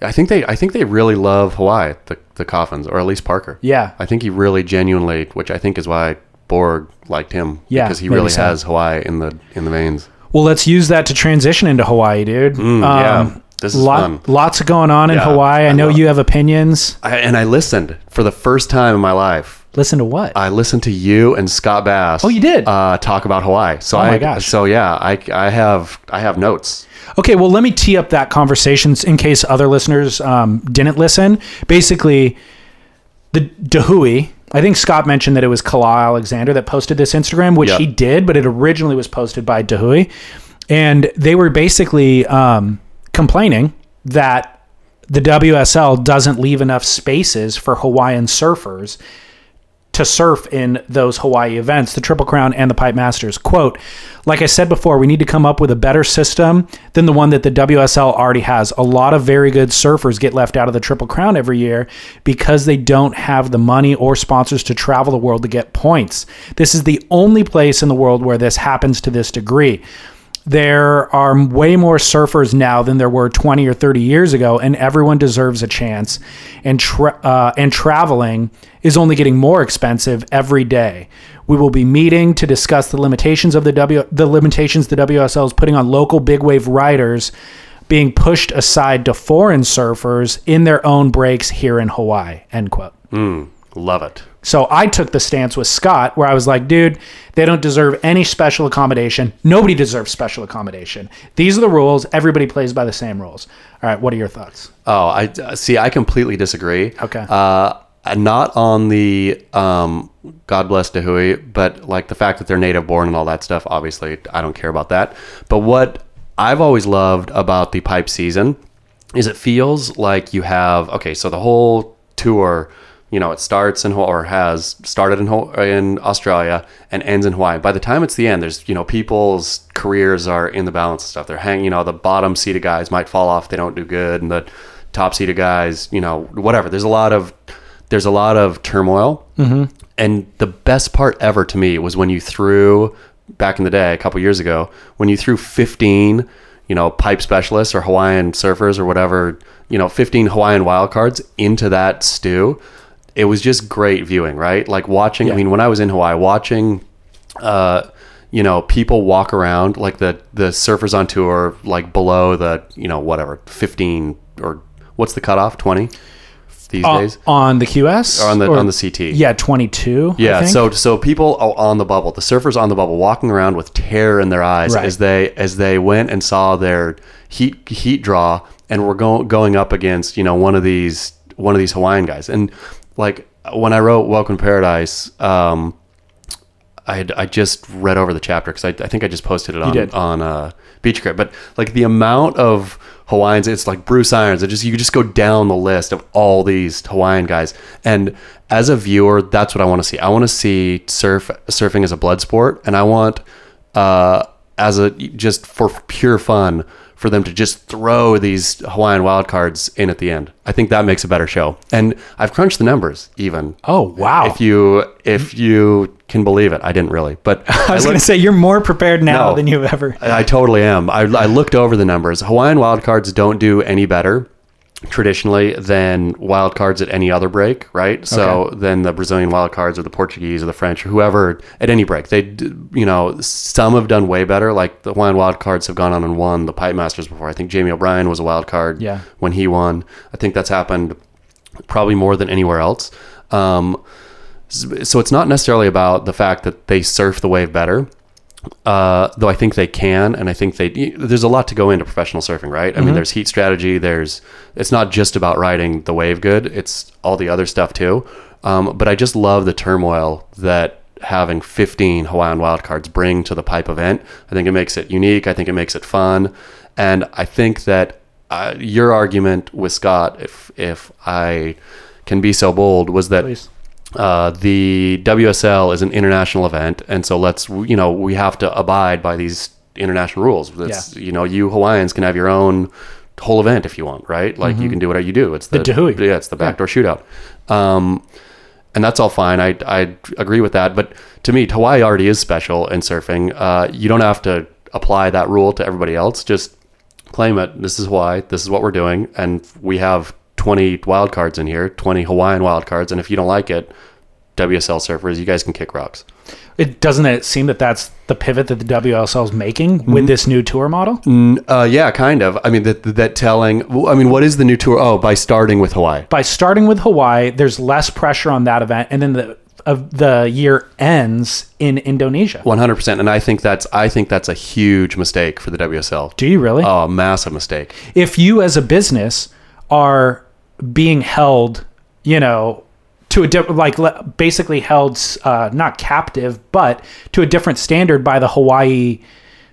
I think they I think they really love Hawaii, the the coffins, or at least Parker. Yeah. I think he really genuinely, which I think is why Borg liked him. Yeah, because he maybe really so. has Hawaii in the in the veins. Well, let's use that to transition into Hawaii, dude. Mm, Um, yeah. This is lot, fun. Lots of going on in Yeah, Hawaii. I I know love you have opinions. I, and I listened for the first time in my life. Listen to what? I listened to you and Scott Bass. Oh, you did? Oh Uh, talk about Hawaii. So my I, gosh. So yeah, I, I have I have notes. Okay, well, let me tee up that conversation in case other listeners um, didn't listen. Basically, the Dahui, I think Scott mentioned that it was Kalal Alexander that posted this Instagram, which Yeah. he did, but it originally was posted by Dahui. And they were basically um, complaining that the WSL doesn't leave enough spaces for Hawaiian surfers to surf in those Hawaii events, the Triple Crown and the Pipe Masters. Quote, like I said before, we need to come up with a better system than the one that the WSL already has. A lot of very good surfers get left out of the Triple Crown every year because they don't have the money or sponsors to travel the world to get points. This is the only place in the world where this happens to this degree there are way more surfers now than there were 20 or 30 years ago, and everyone deserves a chance. And tra- uh, and traveling is only getting more expensive every day. We will be meeting to discuss the limitations of the W the limitations the WSL is putting on local big wave riders being pushed aside to foreign surfers in their own breaks here in Hawaii. End quote. Love it. So I took the stance with Scott where I was like, dude, they don't deserve any special accommodation. Nobody deserves special accommodation. These are the rules. Everybody plays by the same rules. All right, what are your thoughts? Oh, I see. I completely disagree. Okay. Uh, not on the um, God bless Dahui, but like the fact that they're native born and all that stuff. Obviously, I don't care about that. But what I've always loved about the pipe season is it feels like you have okay. So the whole tour, you know, it starts in Haw- or has started in Haw- in Australia and ends in Hawaii. By the time it's the end, there's you know people's careers are in the balance and stuff. They're hanging. You know, the bottom seated guys might fall off. They don't do good, and the top seated guys, you know, whatever. There's a lot of there's a lot of turmoil. Mm-hmm. And the best part ever to me was when you threw back in the day, a couple years ago, when you threw 15, you know, pipe specialists or Hawaiian surfers or whatever, you know, 15 Hawaiian wild cards into that stew. It was just great viewing, right? Like watching, I mean, when I was in Hawaii, watching uh, you know, people walk around like the the surfers on tour, like below the you know whatever fifteen or what's the cutoff twenty these days on the QS? on the Uh, Or- on the CT. Yeah, 22. I Yeah, think. so so people are on the bubble, the surfers on the bubble, walking around with terror in their eyes Right. as they as they went and saw their heat heat draw, and were going going up against you know one of these one of these Hawaiian guys, and like when I wrote Welcome to Paradise, um, I had, I just read over the chapter because I, I think I just posted it on did. on uh, Beach Crib. But like the amount of Hawaiians, it's like Bruce Irons. It just you just go down the list of all these Hawaiian guys. And as a viewer, that's what I want to see. I want to see surf surfing as a blood sport, and I want uh, as a just for pure fun for them to just throw these Hawaiian wild cards in at the end. I think that makes a better show. And I've crunched the numbers even oh, wow. if you if you can believe it i didn't really but I i, was going to looked, say, you're more prepared now No. than you've ever. I totally am I, I looked over the numbers hawaiian wildcards don't do any better traditionally than wildcards at any other break right so then the brazilian wildcards or the portuguese or the french or whoever at any break they d- you know some have done way better like the hawaiian wildcards have gone on and won the pipe masters before i think jamie o'brien was a wild card Yeah. when he won i think that's happened probably more than anywhere else um, so it's not necessarily about the fact that they surf the wave better uh, though i think they can and i think they there's a lot to go into professional surfing right i mean there's heat strategy there's it's not just about riding the wave good it's all the other stuff too um, but i just love the turmoil that having 15 hawaiian wildcards bring to the pipe event i think it makes it unique i think it makes it fun and i think that uh, your argument with scott if if i can be so bold was that Please. uh, the WSL is an international event, and so let's you know we have to abide by these international rules. That's, You know, you Hawaiians can have your own whole event if you want, right? Like you can do whatever you do. It's the, Dahui. yeah, it's the backdoor shootout. Um, and that's all fine. I, I agree with that. But to me, Hawaii already is special in surfing. Uh, you don't have to apply that rule to everybody else. Just claim it. This is why. This is what we're doing. And we have 20 wild cards in here, 20 Hawaiian wild cards. And if you don't like it, WSL surfers, you guys can kick rocks. It doesn't it seem that that's the pivot that the WSL is making Mm-hmm. with this new tour model? Uh, yeah, kind of. I mean, that, that telling. I mean, what is the new tour? Oh, by starting with Hawaii. by starting with Hawaii, there's less pressure on that event, and then the of the year ends in Indonesia. One hundred percent, and I think that's I think that's a huge mistake for the WSL. Do you really? Oh, a massive mistake. if you as a business are being held, you know, to a different, like le- basically held, uh, not captive, but to a different standard by the Hawaii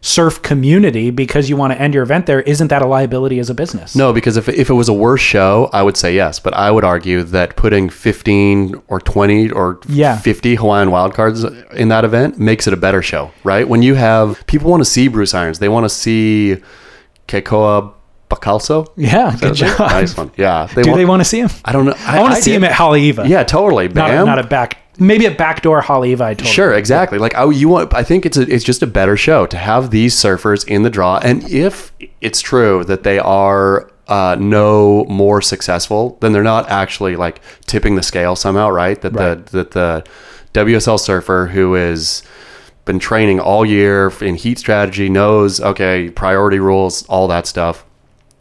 surf community because you want to end your event there, isn't that a liability as a business? No, because if, if it was a worse show, I would say yes. But I would argue that putting 15 or 20 or Yeah. 50 Hawaiian wildcards in that event makes it a better show, right? When you have people want to see Bruce Irons, they want to see Keikoa Bacalso. Yeah, good job. Nice one. Yeah. They Do want, they want to see him? I don't know. I, want to see did. him at Haleiwa. Yeah, totally. not, Bam. not a back, maybe a backdoor Haleiwa. I told Sure, exactly. Like I, you want. I think it's a, it's just a better show to have these surfers in the draw. And if it's true that they are uh, no more successful, then they're not actually like tipping the scale somehow, right? That the that the WSL surfer who is been training all year in heat strategy knows okay priority rules all that stuff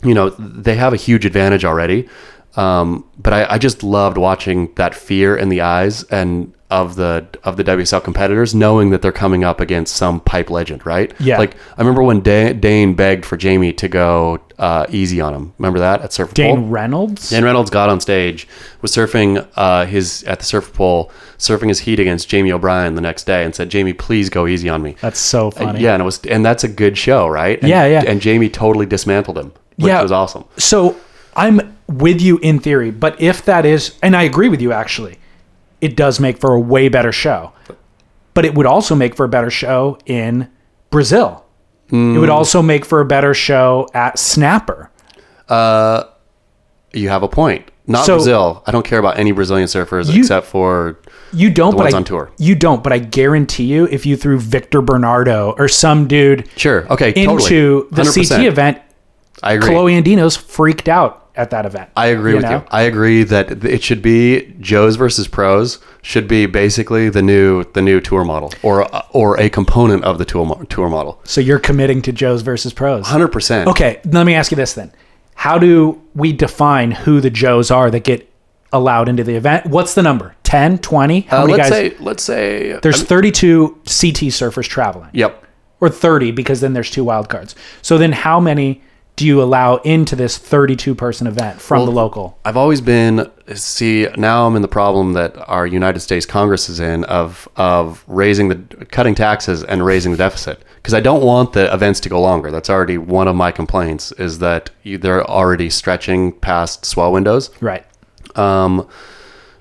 you know they have a huge advantage already um, but I, I just loved watching that fear in the eyes and of the of the WSL competitors knowing that they're coming up against some pipe legend right Yeah. like I remember when da- Dane begged for Jamie to go uh, easy on him remember that at Surf Dane Bowl? Reynolds. Dan Reynolds got on stage, was surfing uh, his at the surf pool, surfing his heat against Jamie O'Brien the next day, and said, "Jamie, please go easy on me." That's so Uh, funny. yeah, and it was, and that's a good show, right? And, Yeah, yeah. And Jamie totally dismantled him, which Yeah. was awesome. So I'm with you in theory, but if that is, and I agree with you actually, it does make for a way better show. But it would also make for a better show in Brazil. It Hmm. would also make for a better show at Snapper. You have a point. Not So- Brazil. I don't care about any Brazilian surfers You- except for You don't, but ones I, on tour. You don't, but I guarantee you, if you threw Victor Bernardo or some dude sure. Okay, into totally. the CT 100%. event, I agree. Chloe Andino's freaked out at that event. I agree with know? you. I agree that th- it should be Joe's versus pros should be basically the new the new tour model or or a component of the tour mo- tour model. So you're committing to Joe's versus pros. Hundred percent. Okay, let me ask you this then. How do we define who the Joes are that get allowed into the event? What's the number? 10, 20? How Uh, many let's guys? say let's say there's 32 CT surfers traveling, yep. or 30 because then there's two wild cards. So then how many do you allow into this 32 person event from the local? I've always been see now I'm in the problem that our United States Congress is in of of raising the cutting taxes and raising the deficit because I don't want the events to go longer. That's already one of my complaints is that you, they're already stretching past swell windows. Right. Um,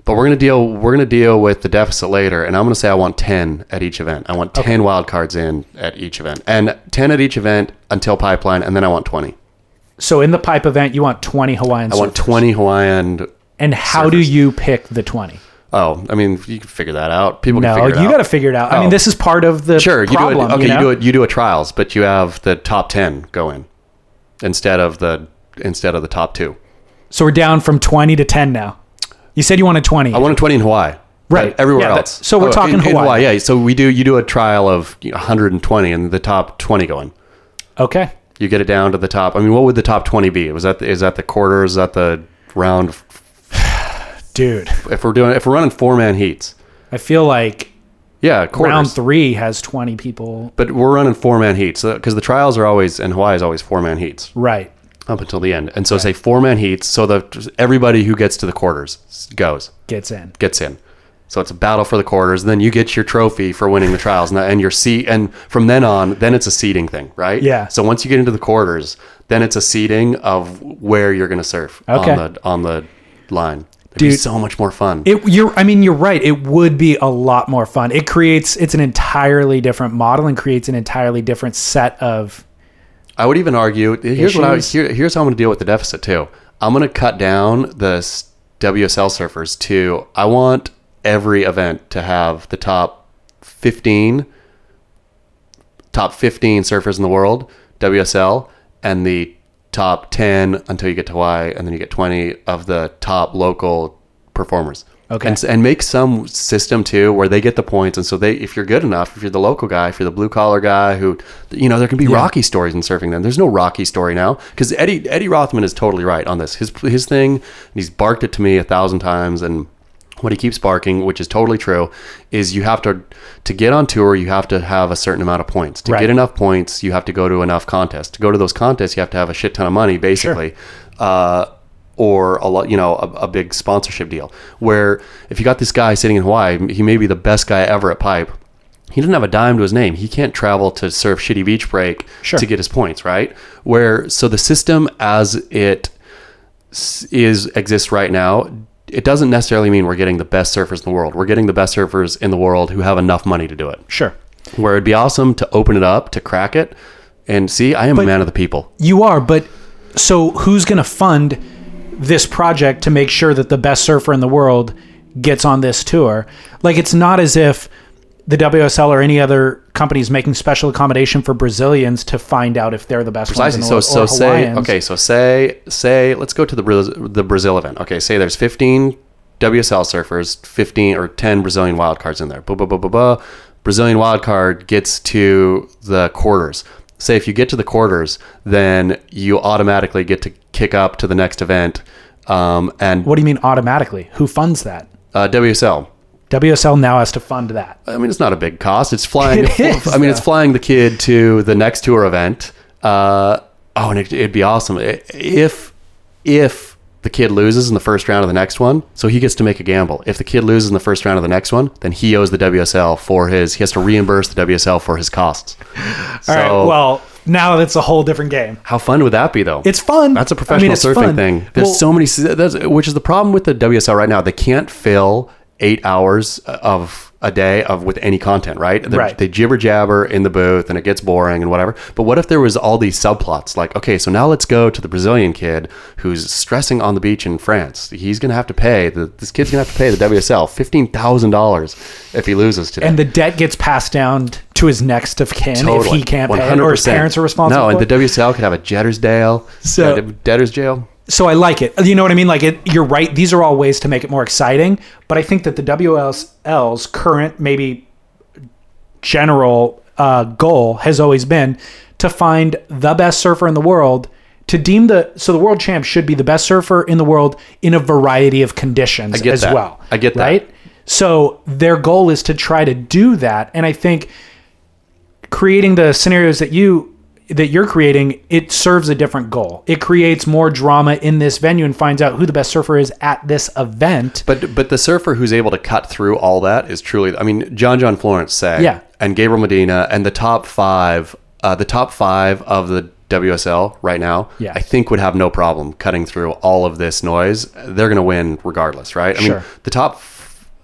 but we're gonna deal we're gonna deal with the deficit later, and I'm gonna say I want ten at each event. I want ten wild cards in at each event, and ten at each event until pipeline, and then I want twenty. So in the pipe event, you want 20 Hawaiian I want surfers. twenty Hawaiian. And how do you pick the 20? Oh, I mean, you can figure that out. People can No, figure it you out. got to figure it out. I mean, Oh. this is part of the sure. You problem. do it. Okay, you, know? do it. You do a trials, but you have the top ten go in instead of the instead of the top two. So we're down from 20 to 10 now. You said you wanted 20. I wanted 20 in Hawaii. Right. But everywhere Yeah, that- else. Oh, so we're talking in, in Hawaii. Yeah. So we do you do a trial of you know, 120 and the top 20 going. okay. You get it down to the top. I mean, what would the top 20 be? Was that the, is that the quarters? Is that the round? Dude, If we're doing if we're running four man heats, I feel like yeah, quarters. round three has 20 people. but we're running four man heats because the trials are always in Hawaii is always four man heats Right. up until the end. And so say four man heats. So the everybody who gets to the quarters goes. Gets in. gets in. So it's a battle for the quarters. And then you get your trophy for winning the trials and, and your seat. And from then on, then it's a seating thing, right? Yeah. So once you get into the quarters, then it's a seating of where you're going to surf Okay. on the on the line. It'd be Dude. so much more fun. It, you're, I mean, you're right. It would be a lot more fun. It creates, it's an entirely different model and creates an entirely different set of. I would even argue. Here's what I would, Issues? here, here's how I'm going to deal with the deficit too. I'm going to cut down the s- WSL surfers to. I want every event to have the top 15, top 15 surfers in the world WSL, and the top 10 until you get to Hawaii, and then you get 20 of the top local performers. Okay. And, s- and make some system too where they get the points, and so they if you're good enough, if you're the local guy, if you're the blue collar guy who, you know, there can be rocky stories in surfing. Then there's no rocky story now because Eddie Eddie Rothman is totally right on this. His his thing, and he's barked it to me a thousand times, and what he keeps barking, which is totally true, is you have to to get on tour, you have to have a certain amount of points. To Right. get enough points, you have to go to enough contests. To go to those contests, you have to have a shit ton of money, basically. Uh, or a lot, you know, a, a big sponsorship deal. Where if you got this guy sitting in Hawaii, he may be the best guy ever at pipe, he doesn't have a dime to his name. He can't travel to surf shitty beach break Sure. to get his points, right? Where so the system as it s- is exists right now, it doesn't necessarily mean we're getting the best surfers in the world. We're getting the best surfers in the world who have enough money to do it. Sure. Where it'd be awesome to open it up, to crack it, and see, I am a man of the people. You are, but so who's going to fund this project to make sure that the best surfer in the world gets on this tour? Like, it's not as if the WSL or any other company is making special accommodation for Brazilians to find out if they're the best. Precisely. Ones in So the so world, or say Hawaiians. okay. So say say let's go to the Braz- the Brazil event. Okay, say there's 15 WSL surfers, 15 or 10 Brazilian wildcards in there. Blah blah blah blah blah. Brazilian wildcard gets to the quarters. Say if you get to the quarters, then you automatically get to kick up to the next event. Um, and What do you mean automatically? Who funds that? uh, WSL. WSL now has to fund that. I mean, it's not a big cost. It's flying. It is, I mean, it's flying the kid to the next tour event. Uh, oh, and it, it'd be awesome I- if if the kid loses in the first round of the next one, so he gets to make a gamble. If the kid loses in the first round of the next one, then he owes the WSL for his. He has to reimburse the WSL for his costs. All right. Well, now that's a whole different game. how fun would that be, though? It's fun. That's a I mean, professional it's surfing fun. thing. There's Well- so many, that's, which is the problem with the WSL right now. They can't fill eight hours of a day of with any content, right? They, Right. They jibber jabber in the booth, and it gets boring and whatever. But what if there was all these subplots? Like, okay, so now let's go to the Brazilian kid who's stressing on the beach in France. He's gonna have to pay the, this kid's gonna have to pay the WSL fifteen thousand dollars if he loses today. and the debt gets passed down to his next of kin if he can't pay it, or his 100%. parents are responsible. No, and for the it. WSL could have a Jettersdale, So- so, debtors jail. so I like it. You know what I mean? Like it, you're right. These are all ways to make it more exciting. But I think that the WSL's current maybe general uh, goal has always been to find the best surfer in the world. To deem the so the world champ should be the best surfer in the world in a variety of conditions get as that. well. I get that. Right. So their goal is to try to do that, and I think creating the scenarios that you that you're creating it serves a different goal it creates more drama in this venue and finds out who the best surfer is at this event But but the surfer who's able to cut through all that is truly. I mean, John John Florence say, Yeah. and Gabriel Medina, and the top five, uh, the top five of the WSL right now, Yeah. I think would have no problem cutting through all of this noise. They're going to win regardless, right? I Sure. mean, the top.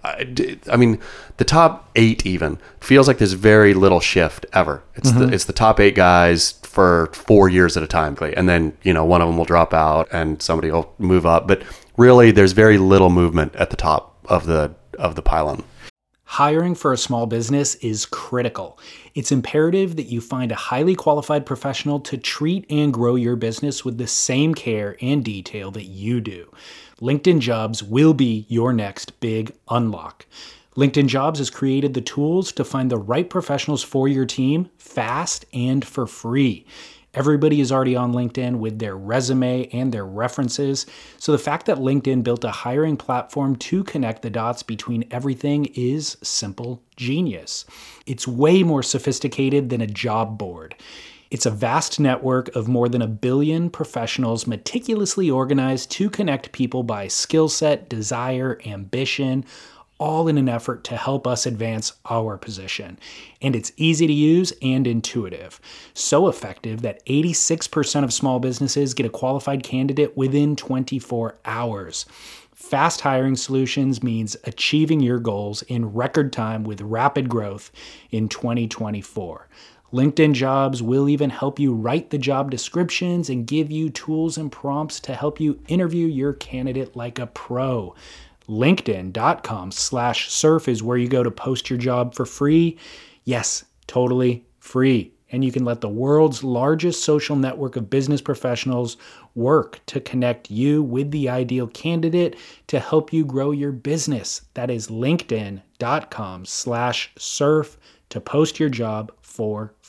I d- I mean, the top eight even feels like there's very little shift ever. It's Mm-hmm. the it's the top eight guys for four years at a time, and then you know one of them will drop out and somebody will move up. But really, there's very little movement at the top of the of the pylon. Hiring for a small business is critical. It's imperative that you find a highly qualified professional to treat and grow your business with the same care and detail that you do. LinkedIn Jobs will be your next big unlock. LinkedIn Jobs has created the tools to find the right professionals for your team fast and for free. Everybody is already on LinkedIn with their resume and their references. So the fact that LinkedIn built a hiring platform to connect the dots between everything is simple genius. It's way more sophisticated than a job board. It's a vast network of more than a billion professionals meticulously organized to connect people by skill set, desire, ambition, all in an effort to help us advance our position. And it's easy to use and intuitive. So effective that 86% of small businesses get a qualified candidate within 24 hours. Fast hiring solutions means achieving your goals in record time with rapid growth in 2024. LinkedIn Jobs will even help you write the job descriptions and give you tools and prompts to help you interview your candidate like a pro. LinkedIn.com slash surf is where you go to post your job for free. Yes, totally free. And you can let the world's largest social network of business professionals work to connect you with the ideal candidate to help you grow your business. That is LinkedIn.com slash surf to post your job for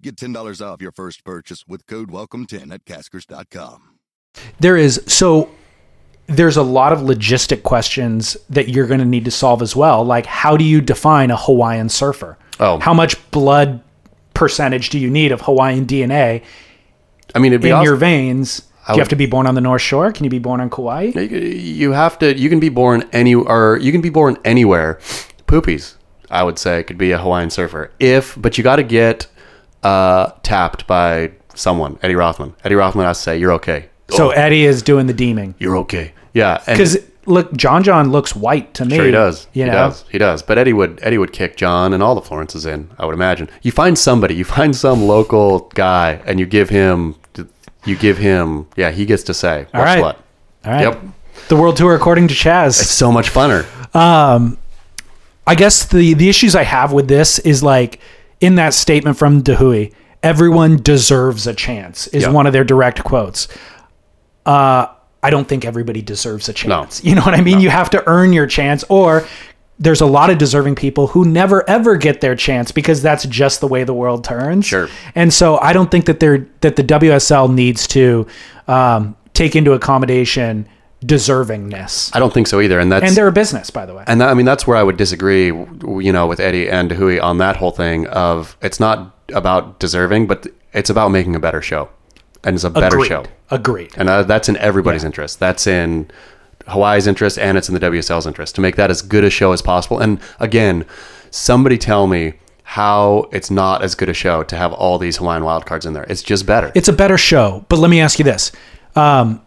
Get $10 off your first purchase with code WELCOME10 at caskers.com. There is so there's a lot of logistic questions that you're going to need to solve as well. Like, how do you define a Hawaiian surfer? Oh. how much blood percentage do you need of Hawaiian DNA I mean, it'd be in awesome. your veins? Do you would- have to be born on the North Shore? Can you be born on Kauai? You- you have to you can be born any or you can be born anywhere poopies i would say could be a hawaiian surfer if but you got to get uh tapped by someone eddie rothman eddie rothman has to say you're okay So Eddie is doing the deeming you're okay yeah and because look, John John looks white to me. sure he does You he know, does he does but eddie would eddie would kick john and all the florences in i would imagine you find somebody you find some local guy and you give him you give him yeah he gets to say what's right. what All right. yep The world tour, according to Chaz. so much funner I guess the the issues I have with this is like in that statement from Dahui, everyone deserves a chance is Yeah. one of their direct quotes. Uh, I don't think everybody deserves a chance. You know what I mean? You have to earn your chance or there's a lot of deserving people who never ever get their chance because that's just the way the world turns. Sure. And so I don't think that they're that the WSL needs to um, take into accommodation deservingness. i don't think so either and that's And they're a business, by the way. and that, I mean that's where I would disagree, w- you know, with Eddie and Hui on that whole thing of it's not about deserving, but it's about making a better show, and it's a better Agreed. show, Agreed. and uh, that's in everybody's interest. That's in Hawaii's interest, and it's in the WSL's interest to make that as good a show as possible. And again, somebody tell me how it's not as good a show to have all these Hawaiian wildcards in there. It's just better. it's a better show. But let me ask you this: um,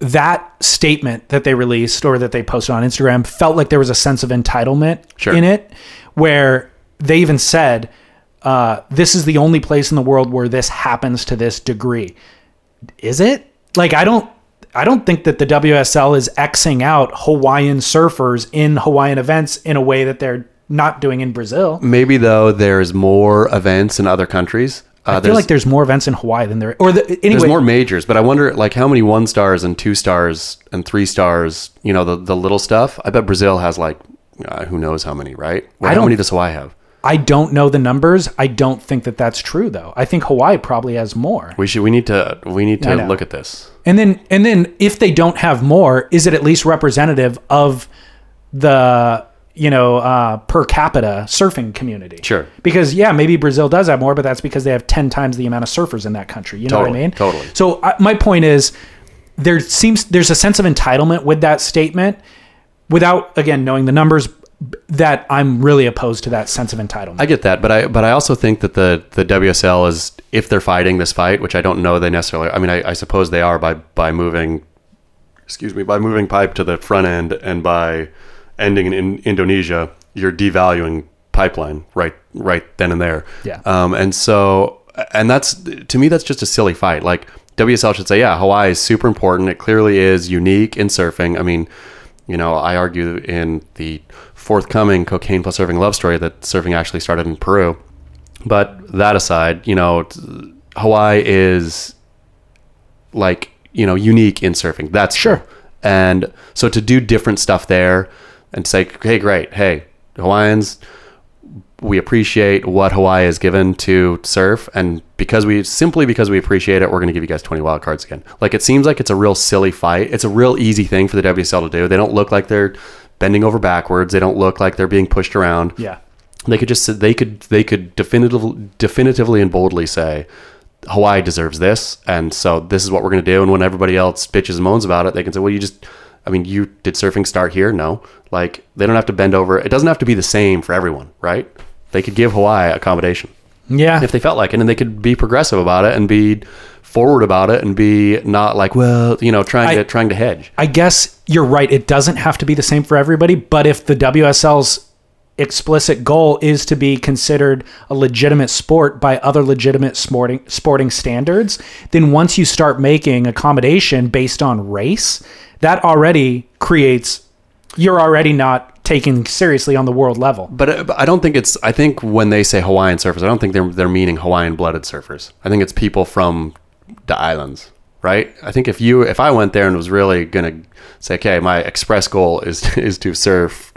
that statement that they released or that they posted on Instagram felt like there was a sense of entitlement Sure. in it, where they even said, uh, "This is the only place in the world where this happens to this degree." Is it? Like I don't. I don't think that the WSL is Xing out Hawaiian surfers in Hawaiian events in a way that they're not doing in Brazil. Maybe though, there's more events in other countries. Uh, I feel like there's more events in Hawaii than there or the, anyway. There's more majors, but I wonder like how many one stars and two stars and three stars, you know, the, the little stuff. I bet Brazil has like uh, who knows how many, right? Wait, I how don't- many does Hawaii have? I don't know the numbers. I don't think that that's true though. I think Hawaii probably has more. We should we need to we need I to know. look at this. And then and then if they don't have more, is it at least representative of the you know uh, per capita surfing community? Sure. Because yeah, maybe Brazil does have more, but that's because they have ten times the amount of surfers in that country. You know what I Totally, mean? totally. So I, my point is, there seems there's a sense of entitlement with that statement, without again knowing the numbers. b- That I'm really opposed to that sense of entitlement. I get that, but I but I also think that the the WSL is if they're fighting this fight, which I don't know they necessarily. I mean, I, I suppose they are by by moving, excuse me, by moving pipe to the front end and by ending in Indonesia, you're devaluing pipeline right right then and there. Yeah. Um, and so and that's to me that's just a silly fight. Like WSL should say, yeah, Hawaii is super important. It clearly is unique in surfing. I mean, you know, I argue in the forthcoming cocaine plus surfing love story that surfing actually started in Peru. But that aside, you know, t- Hawaii is like, you know, unique in surfing. That's Sure. true. And so to do different stuff there and say, hey, great, hey, Hawaiians, we appreciate what Hawaii has given to surf, and because we simply because we appreciate it, we're going to give you guys 20 wild cards again. Like it seems like it's a real silly fight. It's a real easy thing for the WSL to do. They don't look like they're bending over backwards. They don't look like they're being pushed around. yeah. They could just they could they could definitively definitively and boldly say Hawaii deserves this, and so this is what we're going to do. And when everybody else bitches and moans about it, they can say, "Well, you just." I mean, you did surfing start here? No. Like, they don't have to bend over. It doesn't have to be the same for everyone, right? They could give Hawaii accommodation Yeah. if they felt like it, and they could be progressive about it and be forward about it and be not like, well, you know, trying I- to trying to hedge. I guess you're right. It doesn't have to be the same for everybody, but if the WSL's explicit goal is to be considered a legitimate sport by other legitimate sporting sporting standards, then once you start making accommodation based on race, that already creates you're already not taken seriously on the world level. But, uh, but I don't think it's. I think when they say Hawaiian surfers, I don't think they're they're meaning Hawaiian blooded surfers. I think it's people from the islands. right? I think if you if I went there and was really gonna say, okay, my express goal is is to serve,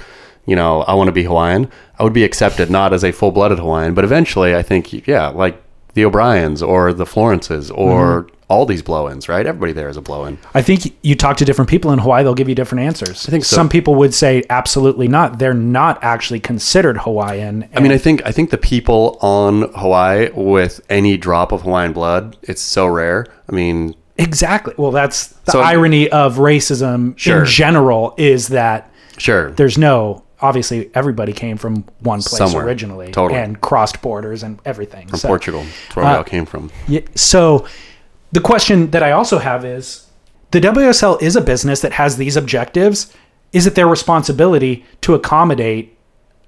you know, I want to be Hawaiian, I would be accepted not as a full blooded Hawaiian, but eventually, I think, yeah, like the O'Briens or the Florences or all these blow ins, right? Everybody there is a blow in. I think you talk to different people in Hawaii, they'll give you different answers. I think so. some people would say absolutely not. They're not actually considered Hawaiian. I mean, I think I think the people on Hawaii with any drop of Hawaiian blood, it's so rare. I mean, exactly. Well, that's the So- irony of racism Sure. in general is that sure, there's no obviously everybody came from one place Somewhere. originally Totally. and crossed borders and everything. from so, Portugal, that's where we all came from. Yeah, so the question that I also have is the WSL is a business that has these objectives. Is it their responsibility to accommodate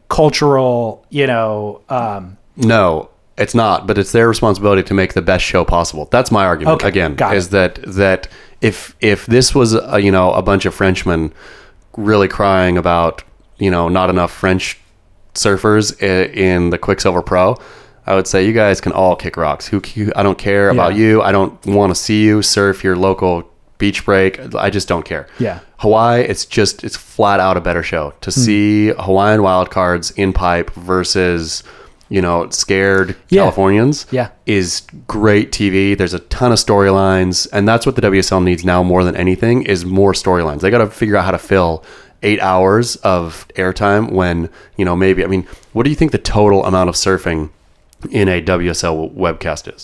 cultural, you know, um, No, it's not. But it's their responsibility to make the best show possible. That's my argument. Okay, Again, got it. is that that if if this was a, you know a bunch of Frenchmen really crying about you know not enough French surfers i- in the Quicksilver Pro. I would say you guys can all kick rocks. Who, who I don't care about Yeah. you. I don't want to see you surf your local beach break. I just don't care. Yeah. Hawaii, it's just it's flat out a better show to Hmm. see Hawaiian wild cards in pipe versus you know scared Yeah. Californians. Yeah. is great TV. There's a ton of storylines, and that's what the WSL needs now more than anything is more storylines. They got to figure out how to fill eight hours of airtime when you know maybe I mean, what do you think the total amount of surfing in a WSL webcast is?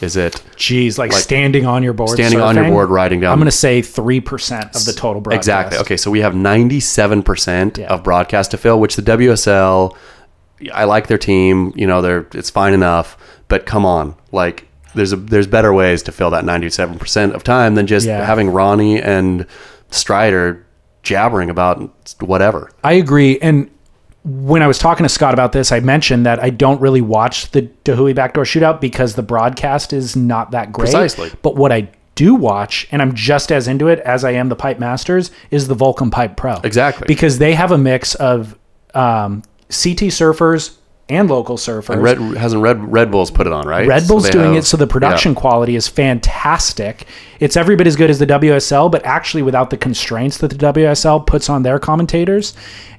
Is it geez, like, standing on your board, standing on your surfing? board, riding down I'm going to say three percent of the total broadcast. Exactly. Okay, so we have 97% Yeah. of broadcast to fill, which the WSL I like their team, you know, they're it's fine enough, but come on. Like there's a there's better ways to fill that 97% of time than just Yeah. having Ronnie and Strider jabbering about whatever. I agree. And when I was talking to Scott about this, I mentioned that I don't really watch the Dahui backdoor shootout because the broadcast is not that great. Precisely. But what I do watch, and I'm just as into it as I am the Pipe Masters, is the Vulcan Pipe Pro. Exactly. Because they have a mix of um, CT surfers and local surfers. Red hasn't Red Red Bulls put it on, right? Red So Bull's they doing have- it, so the production quality is fantastic. It's every bit as good as the WSL, but actually without the constraints that the WSL puts on their commentators,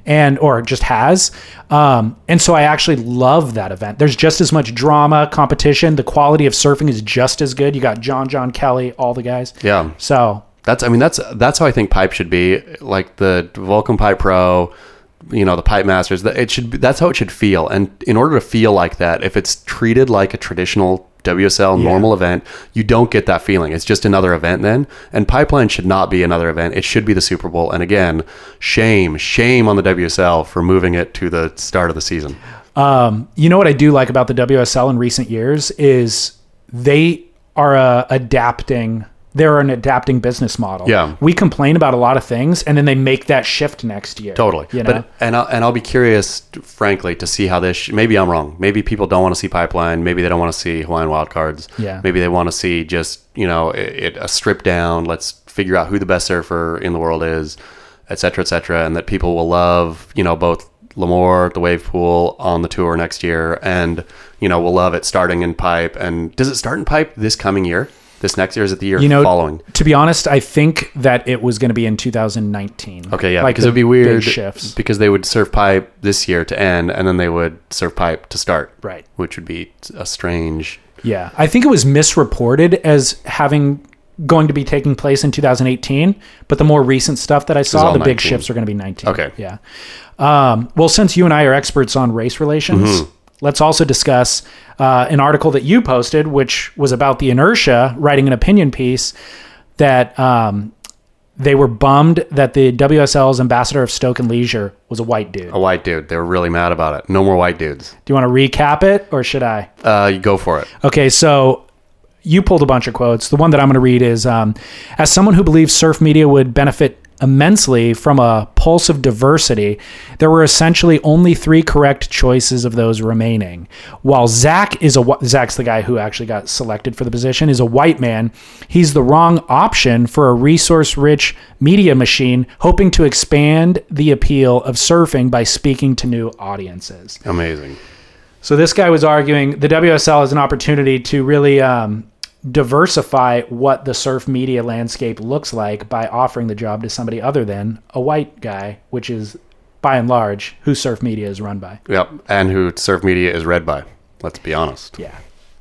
and or just has. Um, and so I actually love that event. There's just as much drama, competition. The quality of surfing is just as good. You got John, John Kelly, all the guys. Yeah. yeah. So That's I mean that's that's how I think pipe should be like the Vulcan Pipe Pro, you know the Pipe Masters. that- It should be, that's how it should feel. And in order to feel like that, if it's treated like a traditional WSL normal event, you don't get that feeling. It's just another event then. And Pipeline should not be another event. It should be the Super Bowl. And again, shame shame on the WSL for moving it to the start of the season. you know what I do like about the WSL in recent years is they are uh, adapting. They're an adapting business model. Yeah. we complain about a lot of things, and then they make that shift next year. Totally. you know? But and I'll, and I'll be curious, frankly, to see how this. Sh- maybe I'm wrong. Maybe people don't want to see pipeline. Maybe they don't want to see Hawaiian wildcards. Yeah. Maybe they want to see just you know it, it a strip down. Let's figure out who the best surfer in the world is, et cetera, et cetera, and that people will love you know both Lamore, the wave pool on the tour next year, and you know will love it starting in pipe. And does it start in pipe this coming year? This next year is it the year you know, following? to be honest, I think that it was going to be in 2019. Okay, yeah, like because the it'd be big weird shifts. because they would serve pipe this year to end, and then they would serve pipe to start, Right. Which would be a strange. Yeah, I think it was misreported as having going to be taking place in 2018, but the more recent stuff that I saw, all the big 19. shifts are going to be 19. Okay. Yeah. Um, well, since you and I are experts on race relations, Mm-hmm. let's also discuss uh, an article that you posted, which was about the inertia, writing an opinion piece that um, they were bummed that the WSL's ambassador of Stoke and Leisure was a white dude. A white dude. They were really mad about it. No more white dudes. Do you want to recap it or should I? Uh, you go for it. Okay, so you pulled a bunch of quotes. The one that I'm going to read is um, As someone who believes surf media would benefit immensely from a pulse of diversity, there were essentially only three correct choices of those remaining. While Zach is a wh- Zach's the guy who actually got selected for the position is a white man, he's the wrong option for a resource-rich media machine hoping to expand the appeal of surfing by speaking to new audiences. Amazing. So this guy was arguing the WSL is an opportunity to really um, diversify what the surf media landscape looks like by offering the job to somebody other than a white guy, which is by and large who surf media is run by. Yep. And who Surf Media is read by. Let's be honest. Yeah.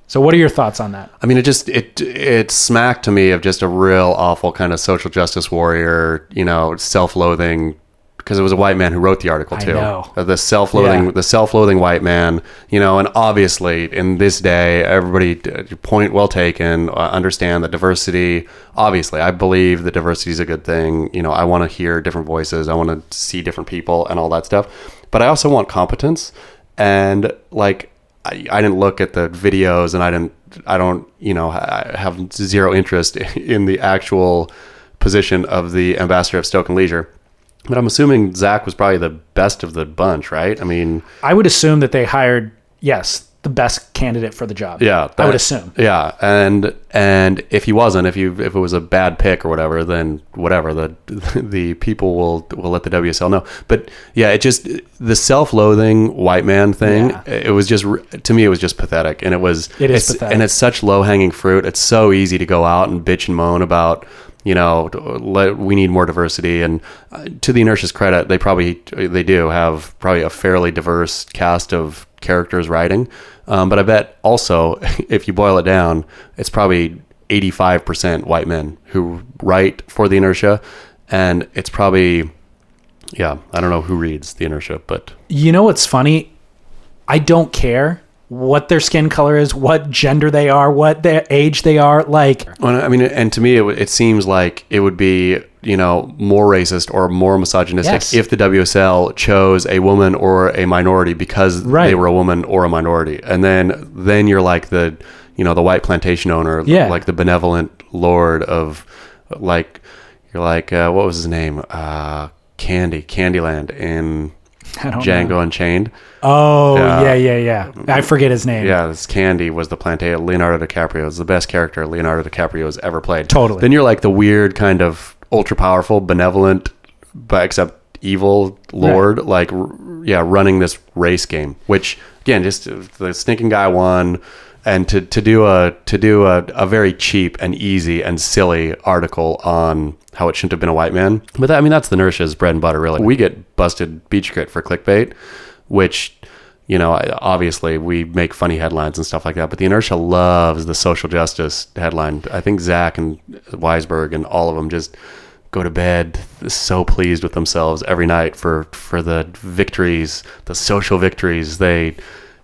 So what are your thoughts on that? I mean, it just it it smacked to me of just a real awful kind of social justice warrior, you know, self-loathing because it was a white man who wrote the article too. know. Uh, The self-loathing, Yeah. the self-loathing white man, you know, and obviously in this day, everybody uh, point well taken. Uh, understand that diversity. Obviously, I believe that diversity is a good thing. You know, I want to hear different voices. I want to see different people and all that stuff. But I also want competence and like I, I didn't look at the videos and I didn't I don't you know I have zero interest in the actual position of the ambassador of Stoke and Leisure. But I'm assuming Zach was probably the best of the bunch, right? I mean, I would assume that they hired yes, the best candidate for the job. I yeah, would that- assume. Yeah, and and if he wasn't, if you if it was a bad pick or whatever, then whatever the the people will will let the WSL know. But yeah, it just the self-loathing white man thing. Yeah. It was just to me, it was just pathetic, and it was It is it's- pathetic. and it's such low-hanging fruit. It's so easy to go out and bitch and moan about. You know, let, we need more diversity, and uh, to the inertia's credit, they probably they do have probably a fairly diverse cast of characters writing. Um, but I bet also, if you boil it down, it's probably 85% white men who write for the inertia, and it's probably yeah, I don't know who reads the inertia, but You know what's funny? I don't care what their skin color is, what gender they are, what their age they are. Like, Well, I mean, and to me, it, w- it seems like it would be, you know, more racist or more misogynistic Yes. if the WSL chose a woman or a minority because Right. they were a woman or a minority, and then then you're like the, you know, the white plantation owner, Yeah. like the benevolent lord of, like, you're like uh, what was his name, uh, Candy Candyland in I don't Django know. Unchained. Oh, yeah. Yeah. yeah, yeah, I forget his name. Yeah, this Candy was the plantain. Leonardo DiCaprio is the best character Leonardo DiCaprio has ever played. Totally. Then you're like the weird kind of ultra powerful, benevolent, but except evil lord. Like, r- yeah, running this race game, which again, just uh, the stinking guy won. And to, to do a to do a, a very cheap and easy and silly article on how it shouldn't have been a white man, but that, I mean that's the Nersha's bread and butter really. We get busted beach crit for clickbait, which you know I- obviously we make funny headlines and stuff like that but the inertia loves the social justice headline i think zach and weisberg and all of them just go to bed so pleased with themselves every night for for the victories the social victories they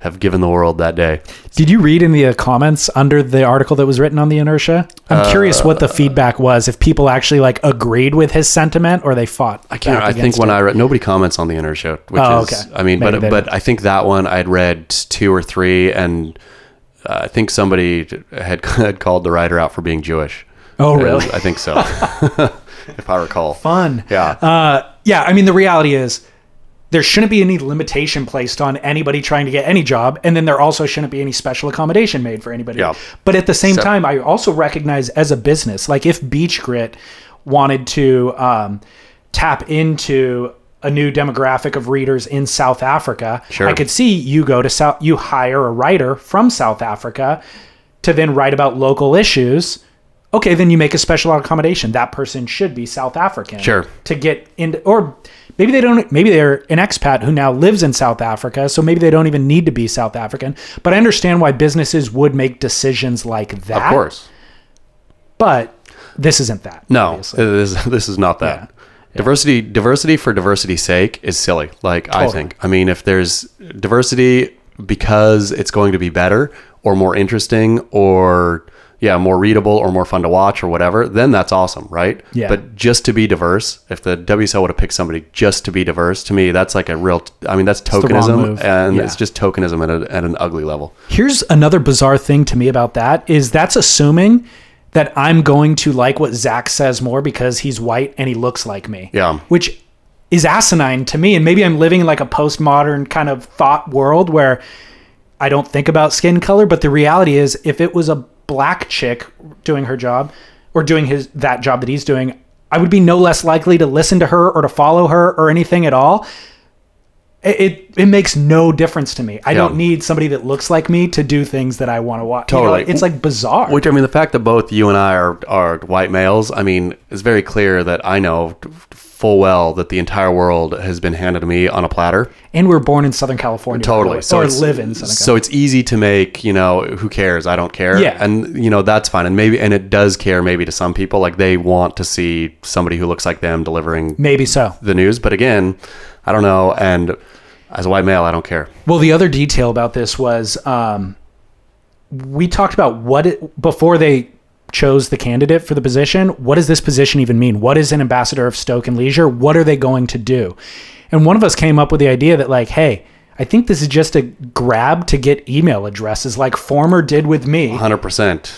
have given the world that day Did you read in the uh, comments under the article that was written on the inertia? I'm Uh, curious what the feedback was. If people actually like agreed with his sentiment or they fought. I can't. I think when I read, nobody comments on the inner show, which Oh, is, okay. I mean, Maybe but they but I think that one I'd read two or three, and uh, I think somebody had, had called the writer out for being Jewish. Oh, And really? I think so, if I recall. fun. Yeah. Uh, yeah. I mean, the reality is there shouldn't be any limitation placed on anybody trying to get any job, and then there also shouldn't be any special accommodation made for anybody. Yeah. But at the same So- time, I also recognize as a business, like if Beach Grit wanted to um, tap into a new demographic of readers in South Africa, Sure. I could see you go to South, you hire a writer from South Africa to then write about local issues. Okay, then you make a special accommodation. That person should be South African. Sure. To get in, or maybe they don't. Maybe they're an expat who now lives in South Africa, so maybe they don't even need to be South African. But I understand why businesses would make decisions like that. of course. But this isn't that. No, obviously. this this is not that. Yeah. Diversity diversity for diversity's sake is silly. Like I Totally. think. I mean, if there's diversity because it's going to be better or more interesting or yeah, more readable or more fun to watch or whatever, then that's awesome, right? Yeah. But just to be diverse, if the WSL would have picked somebody just to be diverse, to me that's like a real. I mean, that's the wrong tokenism, move. and Yeah. it's just tokenism at, a, at an ugly level. Here's another bizarre thing to me about that is that's assuming that I'm going to like what Zach says more because he's white and he looks like me. Yeah. Which is asinine to me. And maybe I'm living in like a postmodern kind of thought world where I don't think about skin color, but the reality is if it was a black chick doing her job or doing his that job that he's doing, I would be no less likely to listen to her or to follow her or anything at all It, it it makes no difference to me. I Yeah. don't need somebody that looks like me to do things that I want to watch. Totally. it's like bizarre. Which I mean, the fact that both you and I are are white males, I mean, it's very clear that I know full well that the entire world has been handed to me on a platter. and we're born in Southern California. Totally. So So or it's- live in Southern So it's easy to make, you know, who cares? I don't care. Yeah. And you know, that's fine. And maybe and it does care maybe to some people. Like they want to see somebody who looks like them delivering Maybe so. the news. But again, I don't know. And as a white male, I don't care. Well, the other detail about this was um, we talked about what it, before they chose the candidate for the position. What does this position even mean? What is an ambassador of Stoke and Leisure? What are they going to do? And one of us came up with the idea that like, hey, I think this is just a grab to get email addresses, like former did with me. Hundred percent.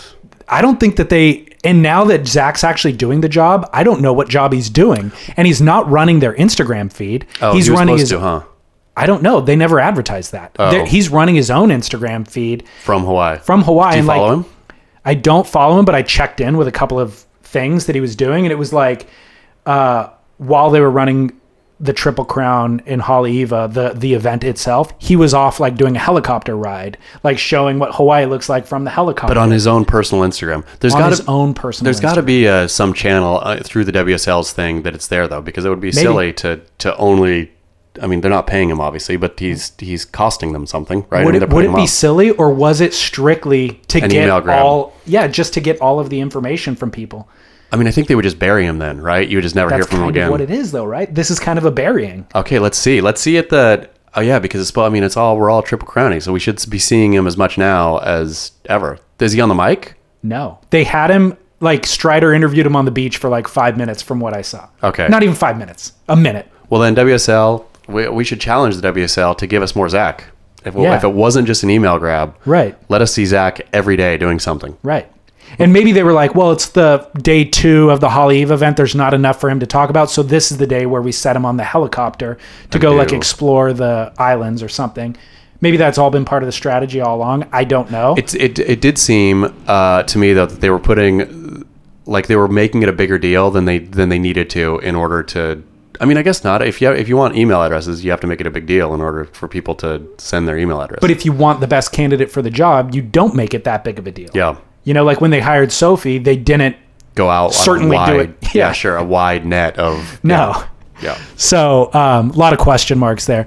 I don't think that they. And now that Zach's actually doing the job, I don't know what job he's doing, and he's not running their Instagram feed. Oh, he's he was running his. supposed to, huh? I don't know. They never advertised that. Oh. They're- He's running his own Instagram feed From Hawaii. from Hawaii. Do you and like, follow him? I don't follow him, but I checked in with a couple of things that he was doing, and it was like uh, while they were running the Triple Crown in Haleiwa, the the event itself, he was off like doing a helicopter ride, like showing what Hawaii looks like from the helicopter. But on his own personal Instagram, there's on got his to own personal. There's got Instagram. to be uh, some channel uh, through the WSL's thing that it's there though, because it would be silly to to only. I mean, they're not paying him obviously, but he's he's costing them something, right? I Would mean, it, they're would putting it him be up. silly, or was it strictly to An get email grab. all? Yeah, just to get all of the information from people. I mean, I think they would just bury him then, right? You would just never That's hear from him kind again. of what it is, though, right? This is kind of a burying. Okay, let's see. Let's see at the. Oh yeah, because it's. I mean, it's all we're all triple crowning, so we should be seeing him as much now as ever. Is he on the mic? No, they had him like Strider interviewed him on the beach for like five minutes, from what I saw. Okay. not e- even five minutes, a minute. Well, then WSL, we, we should challenge the WSL to give us more Zach. If, Yeah. if it wasn't just an email grab, Right. Let us see Zach every day doing something. Right. And maybe they were like, well, it's the day two of the Holly Eve event. There's not enough for him to talk about. So this is the day where we set him on the helicopter to go like do. explore the islands or something. Maybe that's all been part of the strategy all along. I don't know. It it, it did seem uh, to me though that they were putting like they were making it a bigger deal than they than they needed to in order to. I mean, I guess not. If you if you want email addresses, you have to make it a big deal in order for people to send their email address. but if you want the best candidate for the job, you don't make it that big of a deal. yeah, You know, like when they hired Sophie, they didn't. go out on a Certainly do wide, it. Yeah. Yeah. sure, a wide net of No. yeah. So um, a lot of question marks there.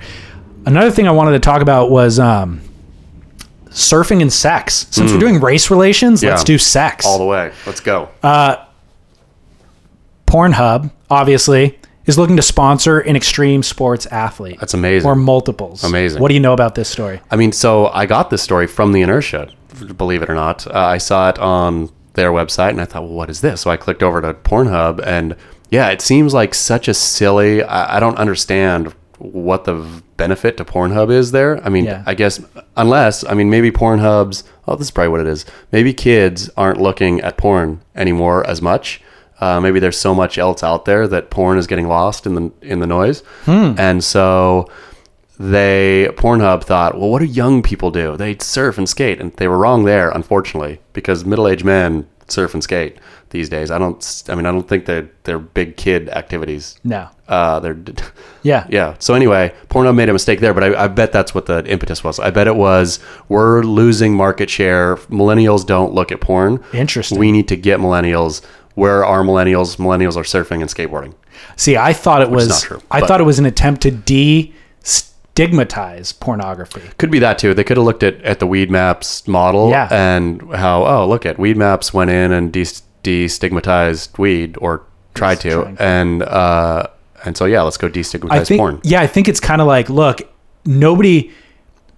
Another thing I wanted to talk about was um, surfing and sex. Since we're doing race relations, let's Mm. Yeah. do sex. all the way. Let's go. Uh, Pornhub, obviously, is looking to sponsor an extreme sports athlete. That's amazing. Or multiples. Amazing. What do you know about this story? I mean, so I got this story from the Inertia, believe it or not. Uh, I saw it on their website and I thought, well, what is this? So I clicked over to Pornhub and yeah, it seems like such a silly. I, I don't understand what the v- benefit to Pornhub is there. I mean, Yeah. I guess unless I mean maybe Pornhub's. Oh, this is probably what it is. Maybe kids aren't looking at porn anymore as much. Uh, maybe there's so much else out there that porn is getting lost in the in the noise, and so they Pornhub thought, well, what do young people do? They surf and skate, and they were wrong there, unfortunately, because middle-aged men surf and skate these days. I don't. s- I mean, I don't think they're they're big kid activities. No. Uh, they're d- Yeah. yeah. So anyway, Pornhub made a mistake there, but I, I bet that's what the impetus was. I bet it was we're losing market share. Millennials don't look at porn. Interesting. We need to get millennials. Where are millennials? Millennials are surfing and skateboarding. See, I thought it was not true, I but- thought it was an attempt to destigmatize pornography. Could be that too. They could have looked at, at the Weed Maps model Yeah. and how oh look at Weed Maps went in and de- destigmatized weed or tried to trying. and uh, and so yeah, let's go I destigmatize think porn. yeah, I think it's kind of like look, nobody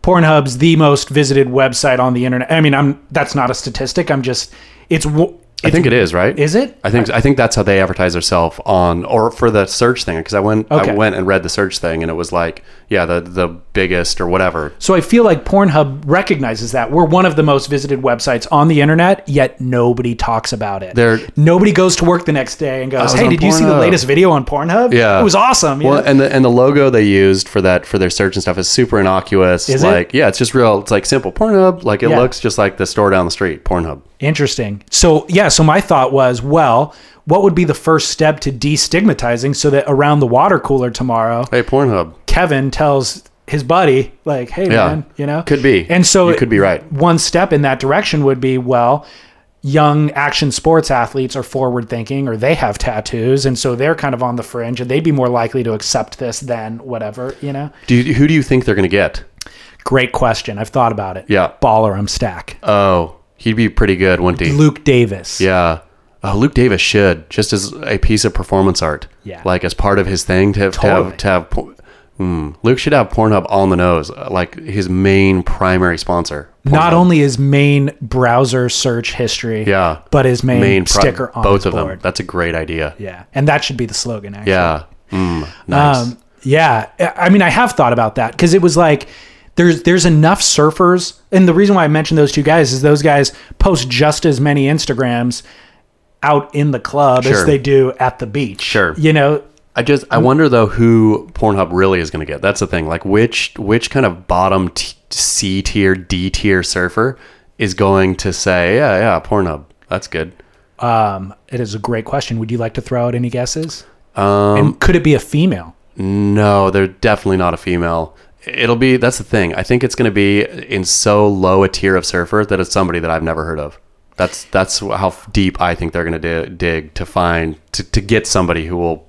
Pornhub's the most visited website on the internet. I mean, I'm that's not a statistic. I'm just it's wo- I think it is right. Is it? I think I think that's how they advertise themselves on or for the search thing because I went Okay. I went and read the search thing and it was like yeah the the biggest or whatever. So I feel like Pornhub recognizes that we're one of the most visited websites on the internet, yet nobody talks about it. They're- nobody goes to work the next day and goes, was "Hey, on did you see the Pornhub." latest video on Pornhub? Yeah. it was awesome." Well, yeah. and the and the logo they used for that for their search and stuff is super innocuous. Is it? like yeah, it's just real. It's like simple Pornhub. Like it Yeah. looks just like the store down the street, Pornhub. Interesting. So yeah, so my thought was, well, what would be the first step to destigmatizing so that around the water cooler tomorrow, Hey, Pornhub. Kevin tells his buddy, like, hey Yeah. man, you know, Could be. And so You could be right. One step in that direction would be well, young action sports athletes are forward thinking, or they have tattoos, and so they're kind of on the fringe, and they'd be more likely to accept this than whatever, you know. Do you, who do you think they're going to get? Great question. I've thought about it. Yeah. baller, I'm stack. Oh, he'd be pretty good, wouldn't he? Luke Davis. Yeah. Oh, Luke Davis should just as a piece of performance art. Yeah. Like as part of his thing to have Totally. to have, to have por- mm, Luke should have Pornhub on the nose uh, like his main primary sponsor. Not Pornhub. only his main browser search history, Yeah. but his main, pri- sticker on both his of them. board. That's a great idea. Yeah, and that should be the slogan. Actually. Yeah. Mm, nice. Um, yeah, I- I mean, I have thought about that because it was like there's there's enough surfers, and the reason why I mentioned those two guys is those guys post just as many Instagrams out in the club as Sure. they do at the beach. Sure. you know, I just I wonder though who Pornhub really is going to get. That's the thing. Like which which kind of bottom t- C tier, D tier surfer is going to say, yeah, yeah, Pornhub. That's good. um, it is a great question. Would you like to throw out any guesses? Um, and could it be a female? No, they're definitely not a female. It'll be that's the thing. I think it's going to be in so low a tier of surfer that it's somebody that I've never heard of. That's that's how deep I think they're going to di- dig to find to, to get somebody who will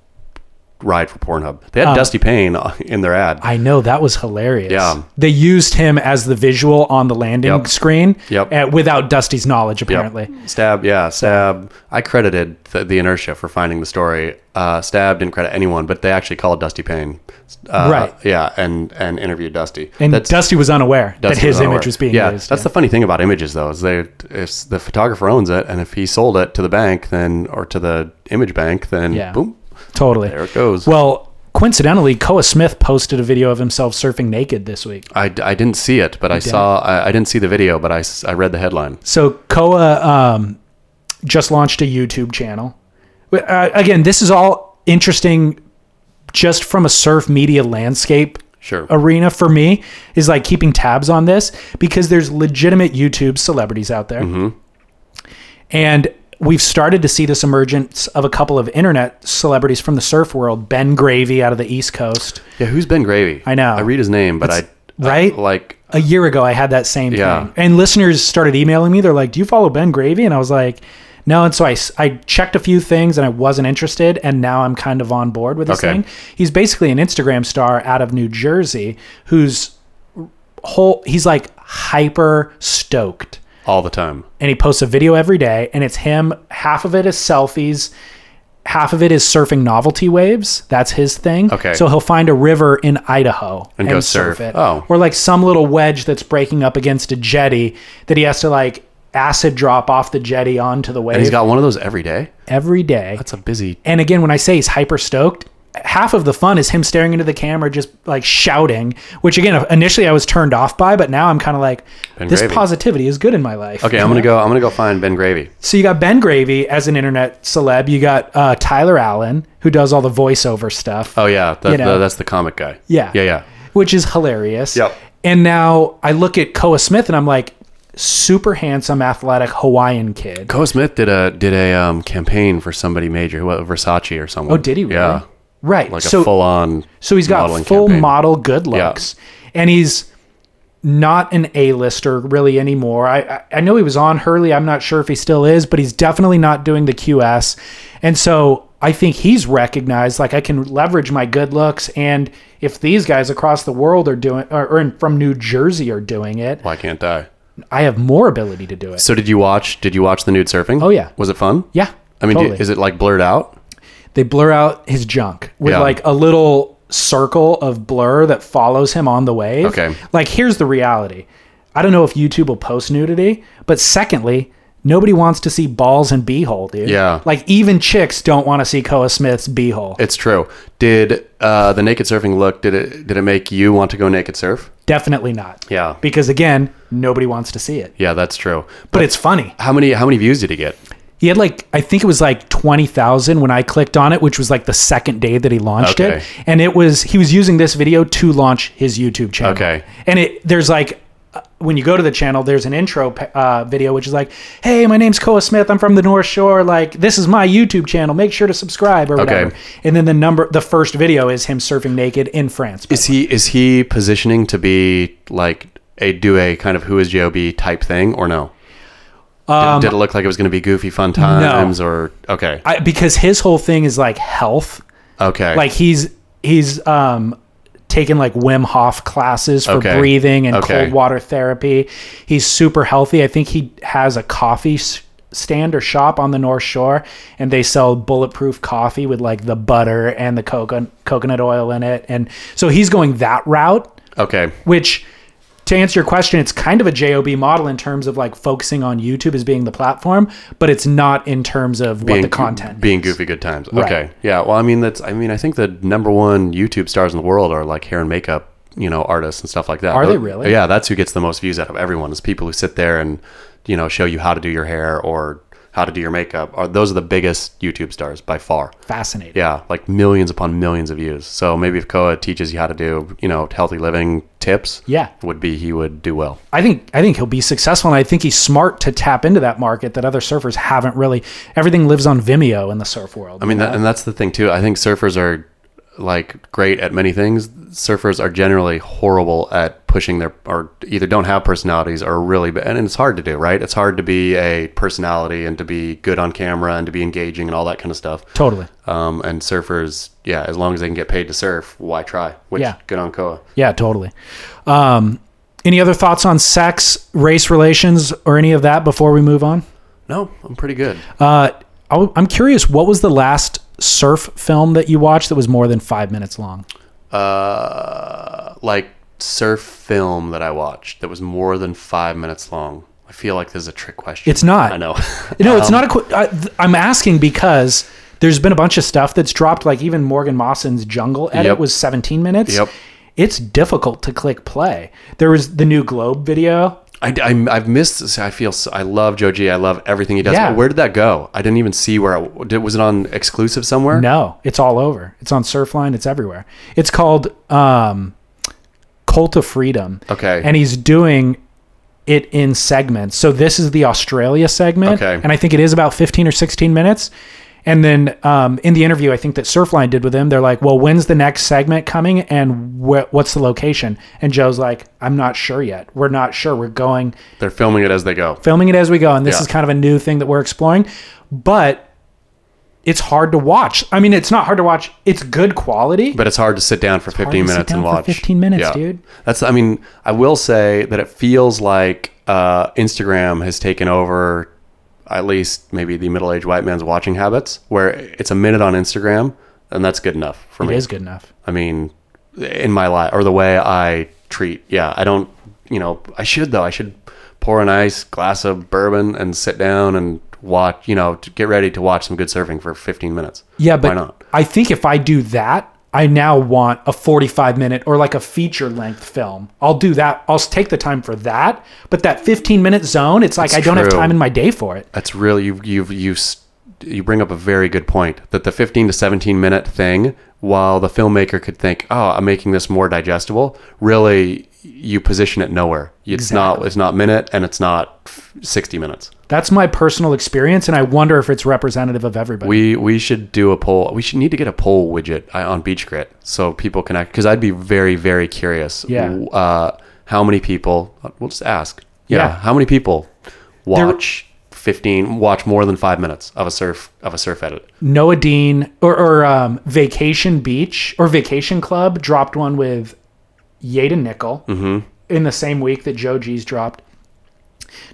ride for Pornhub. They had Dusty Payne uh, in their ad. I know that was hilarious. Yeah. They used him as the visual on the landing Yep. screen Yep. uh, without Dusty's knowledge, Yep. apparently. Stab, yeah, Stab. I credited th- the inertia for finding the story. Uh, Stab didn't credit anyone, but they actually called Dusty Payne, uh, Right. Yeah, and and interviewed Dusty. And That's- Dusty was unaware Dusty that his was unaware. image was being yeah, used. That's the funny thing about images, though, is they if the photographer owns it, and if he sold it to the bank, then or to the image bank, then Yeah. boom, Totally. there it goes. Well, coincidentally, Koa Smith posted a video of himself surfing naked this week. I, I didn't see it, but I saw I, I didn't see the video, but I, s- I read the headline. So Koa um, just launched a YouTube channel. Uh, again, this is all interesting just from a surf media landscape Sure. arena for me is like keeping tabs on this because there's legitimate YouTube celebrities out there. Mm-hmm. And we've started to see this emergence of a couple of internet celebrities from the surf world, Ben Gravy out of the East Coast. Yeah, who's Ben Gravy? I know. I read his name, but I right? I, like a year ago I had that same Yeah. thing. And listeners started emailing me. They're like, "Do you follow Ben Gravy?" And I was like, "No." And so I, s- I checked a few things and I wasn't interested. And now I'm kind of on board with this Okay. thing. He's basically an Instagram star out of New Jersey who's whole. He's like hyper stoked, all the time. and he posts a video every day. And it's him. Half of it is selfies. Half of it is surfing novelty waves. That's his thing. Okay. So he'll find a river in Idaho And go surf. it. Oh. Or like some little wedge that's breaking up against a jetty that he has to like acid drop off the jetty onto the wave And he's got one of those every day. every day. That's a busy. And again, when I say he's hyper stoked, half of the fun is him staring into the camera, just like shouting, which again, initially I was turned off by, but now I'm kind of like, this Gravy. positivity is good in my life. Okay, I'm gonna go. I'm gonna go find Ben Gravy. So you got Ben Gravy as an internet celeb. You got uh, Tyler Allen, who does all the voiceover stuff. Oh yeah, that, You know. the- that's the comic guy. Yeah. yeah, yeah. Which is hilarious. Yep. And now I look at Koa Smith and I'm like, super handsome, athletic Hawaiian kid. Coe Smith did a did a um, campaign for somebody major, who Versace or someone. Oh, did he? Really? Yeah, Right. like so, a full on. so he's got full model good looks. And he's not an A-lister really anymore. I, I I know he was on Hurley. I'm not sure if he still is, but he's definitely not doing the QS. And so I think he's recognized like I can leverage my good looks and if these guys across the world are doing or, or in- from New Jersey are doing it, Why can't I? I have more ability to do it. So did you watch? Did you watch the nude surfing? Oh, yeah. Was it fun? Yeah. I mean, do- totally. is it like blurred out? they blur out his junk with Yeah. like a little circle of blur that follows him on the wave. Okay. Like here's the reality. I don't know if YouTube will post nudity, but secondly, nobody wants to see balls and beehole, dude. Yeah. Like even chicks don't want to see Koa Smith's beehole. It's true. Did uh, the naked surfing look? Did it did it make you want to go naked surf? Definitely not. Yeah. Because again, nobody wants to see it. Yeah, that's true. But it's funny. How many how many views did he get? He had like I think it was like twenty thousand when I clicked on it, which was like the second day that he launched Okay. it, and it was he was using this video to launch his YouTube channel. Okay. and it there's like uh, when you go to the channel, there's an intro uh, video which is like, "Hey, my name's Koa Smith. I'm from the North Shore. Like, this is my YouTube channel. Make sure to subscribe or whatever." And then the number, the first video is him surfing naked in France. Is he is he positioning to be like a do a kind of who is Job type thing or no? Um, did, did it look like it was going to be goofy fun times or okay I, because his whole thing is like health. okay Like he's he's um taking like Wim Hof classes for Okay. breathing and Okay. cold water therapy. He's super healthy. I think he has a coffee s- stand or shop on the North Shore and they sell bulletproof coffee with like the butter and the coconut coconut oil in it. And so he's going that route okay which to answer your question it's kind of a job model in terms of like focusing on youtube as being the platform but it's not in terms of what the content being is. goofy good times okay yeah well i mean that's i mean i think the number one youtube stars in the world are like hair and makeup you know artists and stuff like that Are they Tho- really? yeah that's who gets the most views out of everyone is people who sit there and you know show you how to do your hair or how to do your makeup are those are the biggest youtube stars by far fascinating yeah like millions upon millions of views so maybe if koa teaches you how to do you know healthy living tips Yeah. would be he would do well i think i think he'll be successful and i think he's smart to tap into that market that other surfers haven't really everything lives on vimeo in the surf world I mean, that, and that's the thing too. I think surfers are like great at many things. Surfers are generally horrible at pushing their, or either don't have personalities or really, ba- and it's hard to do, right? It's hard to be a personality and to be good on camera and to be engaging and all that kind of stuff. totally Um, and surfers, yeah, as long as they can get paid to surf, why try? Which Yeah. good on Koa. yeah totally um any other thoughts on sex race relations or any of that before we move on No, I'm pretty good. Uh, I'll- I'm curious, what was the last surf film that you watched that was more than five minutes long? Uh, like surf film that I watched that was more than five minutes long. I feel like this is a trick question. It's not. I know. No, it's Um, not a. Qu- I, th- I'm asking because there's been a bunch of stuff that's dropped. Like even Morgan Mawson's Jungle edit Yep. was 17 minutes. Yep. It's difficult to click play. There was the new Globe video. I, have missed. this. I feel. So, I love Joe G. I love everything he does. Yeah. Where did that go? I didn't even see where. It, did, was it on exclusive somewhere? No, it's all over. It's on Surfline. It's everywhere. It's called um, Cult of Freedom. Okay. and he's doing it in segments. So this is the Australia segment, Okay. and I think it is about 15 or 16 minutes. And then um, in the interview, I think that Surfline did with him, they're like, "Well, when's the next segment coming, and wh- what's the location?" And Joe's like, "I'm not sure yet. We're not sure. We're going They're filming it as they go. filming it as we go, and this Yeah. is kind of a new thing that we're exploring." But it's hard to watch. I mean, it's not hard to watch. It's good quality. But it's hard to sit down for 15 hard to sit minutes and down for watch. 15 minutes, dude. That's. I mean, I will say that it feels like uh, Instagram has taken over, at least maybe the middle-aged white man's watching habits, where it's a minute on Instagram, and that's good enough for it me. is good enough. I mean, in my life or the way I treat. Yeah, I don't. You know, I should though. I should pour a nice glass of bourbon and sit down and watch. You know, to get ready to watch some good surfing for 15 minutes. Yeah, why but not? I think if I do that, I now want a 45 minute or like a feature length film. I'll do that. I'll take the time for that. But that 15 minute zone, it's like That's I don't have true. time in my day for it. That's really you. You you s- you bring up a very good point that the 15 to 17 minute thing, while the filmmaker could think, "Oh, I'm making this more digestible," really you position it nowhere. It's not it's not minute and it's not f- 60 minutes. That's my personal experience. And I wonder if it's representative of everybody. We we should do a poll. We should need to get a poll widget uh, on Beach Grit so people can act. Because I'd be very very curious. Yeah. Uh, how many people? We'll just ask. Yeah. Yeah. How many people watch fifteen? Watch more than five minutes of a surf of a surf edit. Noah Dean or, or um, Vacation Beach or Vacation Club dropped one with Yada Nickel Mm-hmm. in the same week that Joe G's dropped.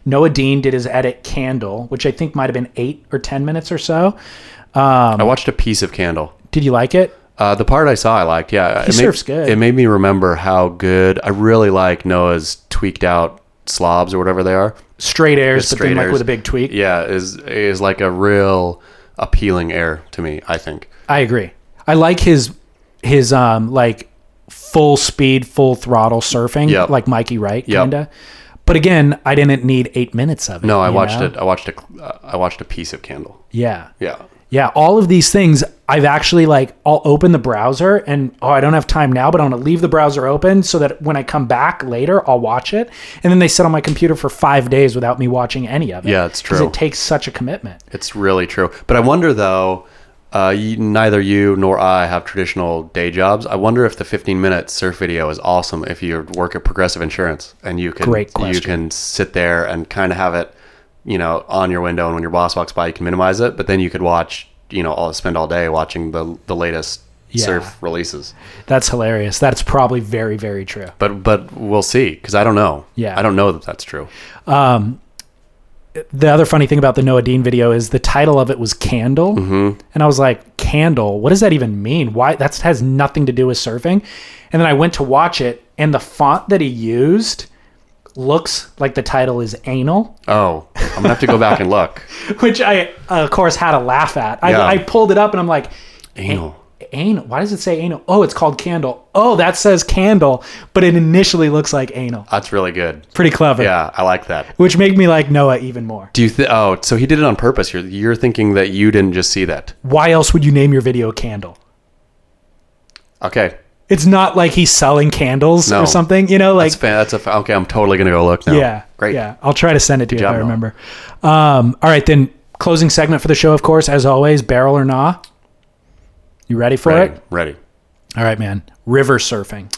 Noah Dean did his edit Candle, which I think might have been eight or 10 minutes or so. I watched a piece of Candle. Did you like it? Uh, the part I saw, I liked. Yeah, he surfs good. It made me remember how good I really like Noah's tweaked out slobs or whatever they are. Straight airs, but Straight then like airs. with a big tweak. Yeah, is is like a real appealing air to me. I think. I agree. I like his his um like full speed, full throttle surfing, Yep. like Mikey Wright Yep. kinda. But again, I didn't need eight minutes of it. No, I you watched know? it. I watched a. cl- Uh, I watched a piece of Candle. Yeah. Yeah. Yeah, all of these things I've actually like I'll open the browser and oh I don't have time now, but I'm gonna leave the browser open so that when I come back later I'll watch it. And then they sit on my computer for five days without me watching any of it. Yeah, it's 'Cause true. It takes such a commitment. It's really true. But I wonder though, uh, you, neither you nor I have traditional day jobs. I wonder if the 15 minute surf video is awesome if you work at Progressive Insurance and you can Great you question. can sit there and kind of have it, you know, on your window and when your boss walks by you can minimize it, but then you could watch, you know, all spend all day watching the the latest Yeah. surf releases. That's hilarious. That's probably very very true. But but we'll see cuz I don't know. Yeah. I don't know that that's true. the other funny thing about the Noah Dean video is the title of it was Candle. Mm-hmm. And I was like, Candle? What does that even mean? Why? That has nothing to do with surfing. And then I went to watch it, and the font that he used looks like the title is anal, Oh, I'm going to have to go back and look. which I, uh, of course, had a laugh at. I, Yeah. I pulled it up and I'm like, Anal. Anal? Why does it say anal? Oh, it's called Candle. Oh, that says Candle, but it initially looks like anal. That's really good. Pretty clever. Yeah, I like that. Which made me like Noah even more. Do you think? Oh, so he did it on purpose. You're you're thinking that you didn't just see that. Why else would you name your video Candle? Okay, It's not like he's selling candles No. or something, you know, like that's fa- that's a fa- okay. I'm totally gonna go look now. yeah. great. Yeah. I'll try to send it to you if job, I Noah. remember. Um, all right, then closing segment for the show, of course, as always, barrel or nah. You ready for ready, it? ready. All right, man. River surfing.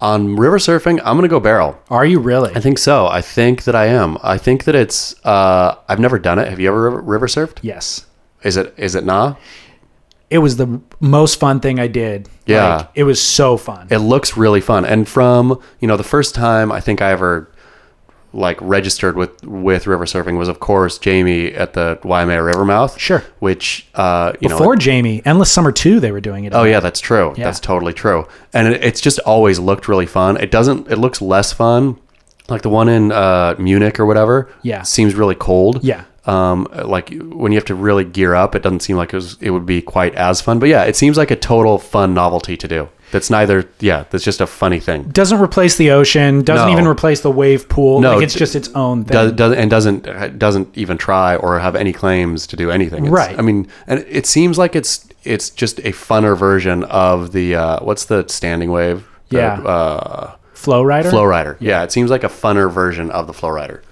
On river surfing, I'm gonna go barrel. Are you really? I think so. I think that I am. I think that it's. Uh, I've never done it. Have you ever river, river surfed? yes. Is it is it nah? It was the most fun thing I did. Yeah. Like, it was so fun. It looks really fun. And from you know the first time I think I ever like registered with with river surfing was of course Jamie at the Waimea Rivermouth. Sure. Which uh, you know Before Jamie, Endless Summer 2, they were doing it. Oh yeah, that's true. That's totally true. And it, it's just always looked really fun. It doesn't. It looks less fun. Like the one in uh, Munich or whatever. Yeah. Seems really cold. Yeah. Um, like when you have to really gear up, it doesn't seem like it was. It would be quite as fun. But yeah, it seems like a total fun novelty to do. That's neither. Yeah. That's just a funny thing. Doesn't replace the ocean, doesn't No. even replace the wave pool. No, like it's d- just its own thing. Does, does and doesn't doesn't even try or have any claims to do anything. It's- Right. I mean, and it seems like it's it's just a funner version of the uh, what's the standing wave. The, Yeah. Uh, Flow rider? Flow Rider. Yeah, it seems like a funner version of the Flow Rider.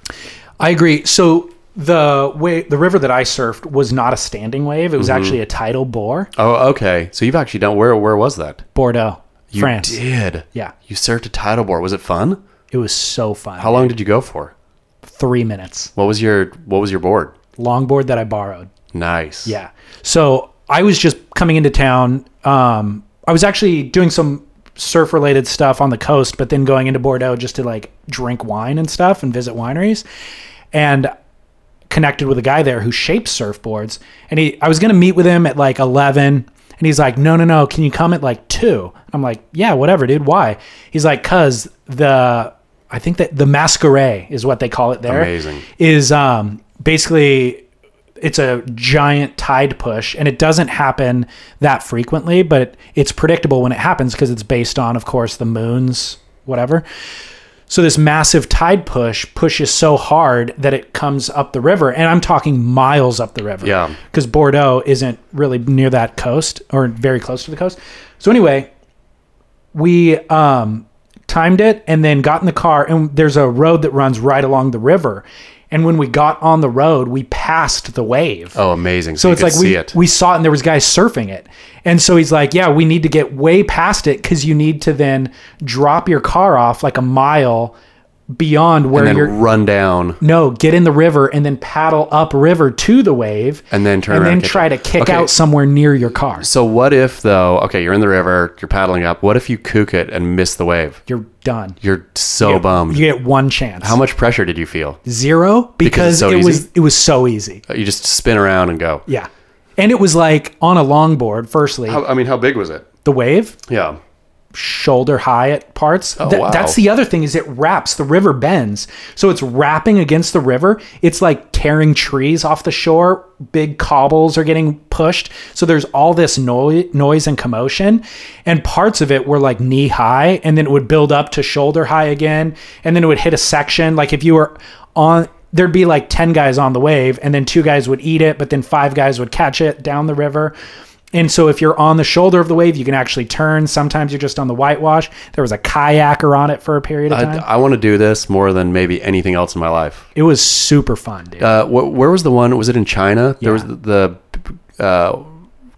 I agree. So the way the river that I surfed was not a standing wave; it Mm-hmm. was actually a tidal bore, Oh, okay. So you've actually done where where was that? Bordeaux, You France. did. Yeah, You surfed a tidal board. Was it fun? it was so fun. How long did you go for? Three minutes What was your what was your board? longboard that I borrowed. Nice. Yeah. So I was just coming into town. Um, I was actually doing some surf related stuff on the coast, but then going into Bordeaux just to like drink wine and stuff and visit wineries. And connected with a guy there who shapes surfboards. And he, I was going to meet with him at like 11. And he's like, no, no, no. Can you come at like two? I'm like, yeah, whatever, dude. Why? He's like, cause the, I think that the masquerade is what they call it there. Amazing. Is um, basically it's a giant tide push and it doesn't happen that frequently but it's predictable when it happens because it's based on of course the moons whatever so this massive tide push pushes so hard that it comes up the river and i'm talking miles up the river Yeah. because bordeaux isn't really near that coast or very close to the coast so anyway we um, timed it and then got in the car and there's a road that runs right along the river and when we got on the road we passed the wave Oh, amazing. so you it's could like we, see it. we saw it and there was guys surfing it and so he's like yeah we need to get way past it because you need to then drop your car off like a mile beyond where and then you're run down no get in the river and then paddle up river to the wave and then turn and around then and catch try up. to kick Okay. out somewhere near your car So what if though? Okay, you're in the river, you're paddling up. What if you kook it and miss the wave? you're done You're so bummed. you get one chance How much pressure did you feel? zero Because because it's so it was easy? it was so easy. You just spin around and go. Yeah. And it was like on a longboard, firstly, How, I mean, how big was it? the wave, Yeah. shoulder high at parts. Th- wow. That's the other thing is it wraps, the river bends. So it's wrapping against the river. It's like tearing trees off the shore. Big cobbles are getting pushed. So there's all this noise, noise and commotion. And parts of it were like knee high and then it would build up to shoulder high again. And then it would hit a section. Like if you were on there'd be like 10 guys on the wave and then two guys would eat it but then five guys would catch it down the river And so if you're on the shoulder of the wave, you can actually turn. Sometimes you're just on the whitewash. There was a kayaker on it for a period of I, time. I want to do this more than maybe anything else in my life. it was super fun, dude. Uh, wh- where was the one? Was it in China? There was the, the uh,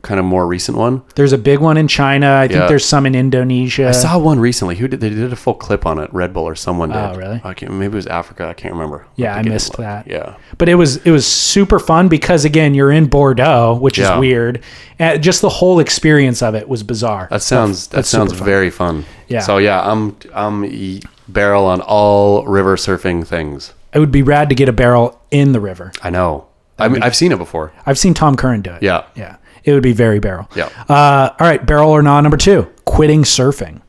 kind of more recent one. there's a big one in China. I think Yeah. there's some in Indonesia. I saw one recently. Who did they did a full clip on it? Red Bull or someone did. Oh, really? I can't, maybe it was Africa. I can't remember. Yeah, I'll I have to get and missed look. that. Yeah, but it was it was super fun because again you're in Bordeaux, which Yeah. is weird. And just the whole experience of it was bizarre. that sounds that that's sounds super fun. very fun. Yeah. So yeah, I'm I'm e- barrel on all river surfing things. it would be rad to get a barrel in the river. I know. I mean, I've seen it before. I've seen Tom Curran do it. Yeah. yeah, it would be very barrel. Yeah. Uh, all right, barrel or not? Number two, quitting surfing.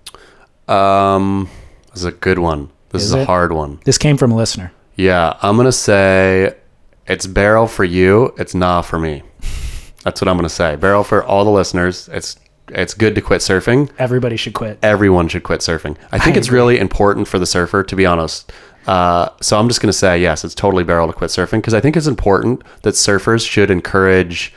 Um, this is a good one. This is, Is a it? hard one. This came from a listener. Yeah, I'm gonna say it's barrel for you. It's nah for me. That's what I'm gonna say. Barrel for all the listeners. It's it's good to quit surfing. Everybody should quit. everyone should quit surfing. I think it's really important for the surfer, to be honest. Uh, so I'm just going to say yes, it's totally barrel to quit surfing because I think it's important that surfers should encourage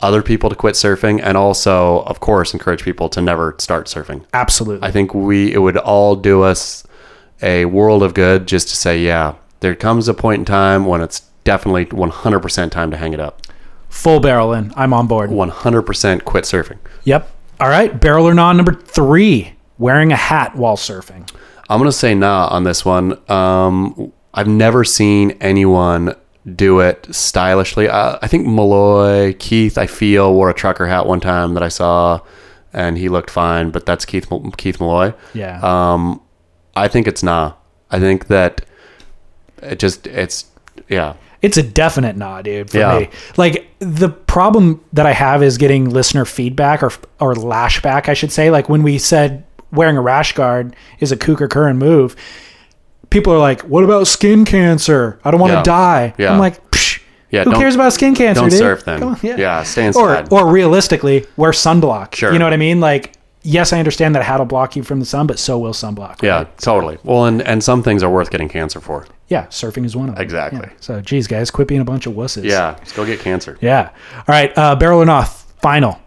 other people to quit surfing and also, of course, encourage people to never start surfing. Absolutely. I think we it would all do us a world of good just to say yeah. There comes a point in time when it's definitely 100% time to hang it up. Full barrel in. I'm on board. 100% quit surfing. Yep. All right, barrel or non number three, wearing a hat while surfing. I'm gonna say nah on this one. Um, I've never seen anyone do it stylishly. Uh, I think Malloy Keith, I feel, wore a trucker hat one time that I saw, and he looked fine. But that's Keith Mal- Keith Malloy. Yeah. Um, I think it's nah. I think that it just it's yeah. it's a definite nah, dude, for Yeah. me. Like the problem that I have is getting listener feedback or or lashback, I should say. Like when we said wearing a rash guard is a kook or current move, people are like, "What about skin cancer? I don't want to Yeah. die." Yeah. I'm like, Psh, Yeah, "Who don't- cares about skin cancer? don't dude? surf then. Come on, Yeah, stay Or inside. or realistically, wear sunblock. Sure. You know what I mean? Like, yes, I understand that hat'll block you from the sun, but so will sunblock. yeah, right? totally. Well, and, and some things are worth getting cancer for. Yeah, surfing is one of them. Exactly. Yeah. So, geez, guys, quit being a bunch of wusses. Yeah, just go get cancer. Yeah. All right. Uh, barrel or not? Final.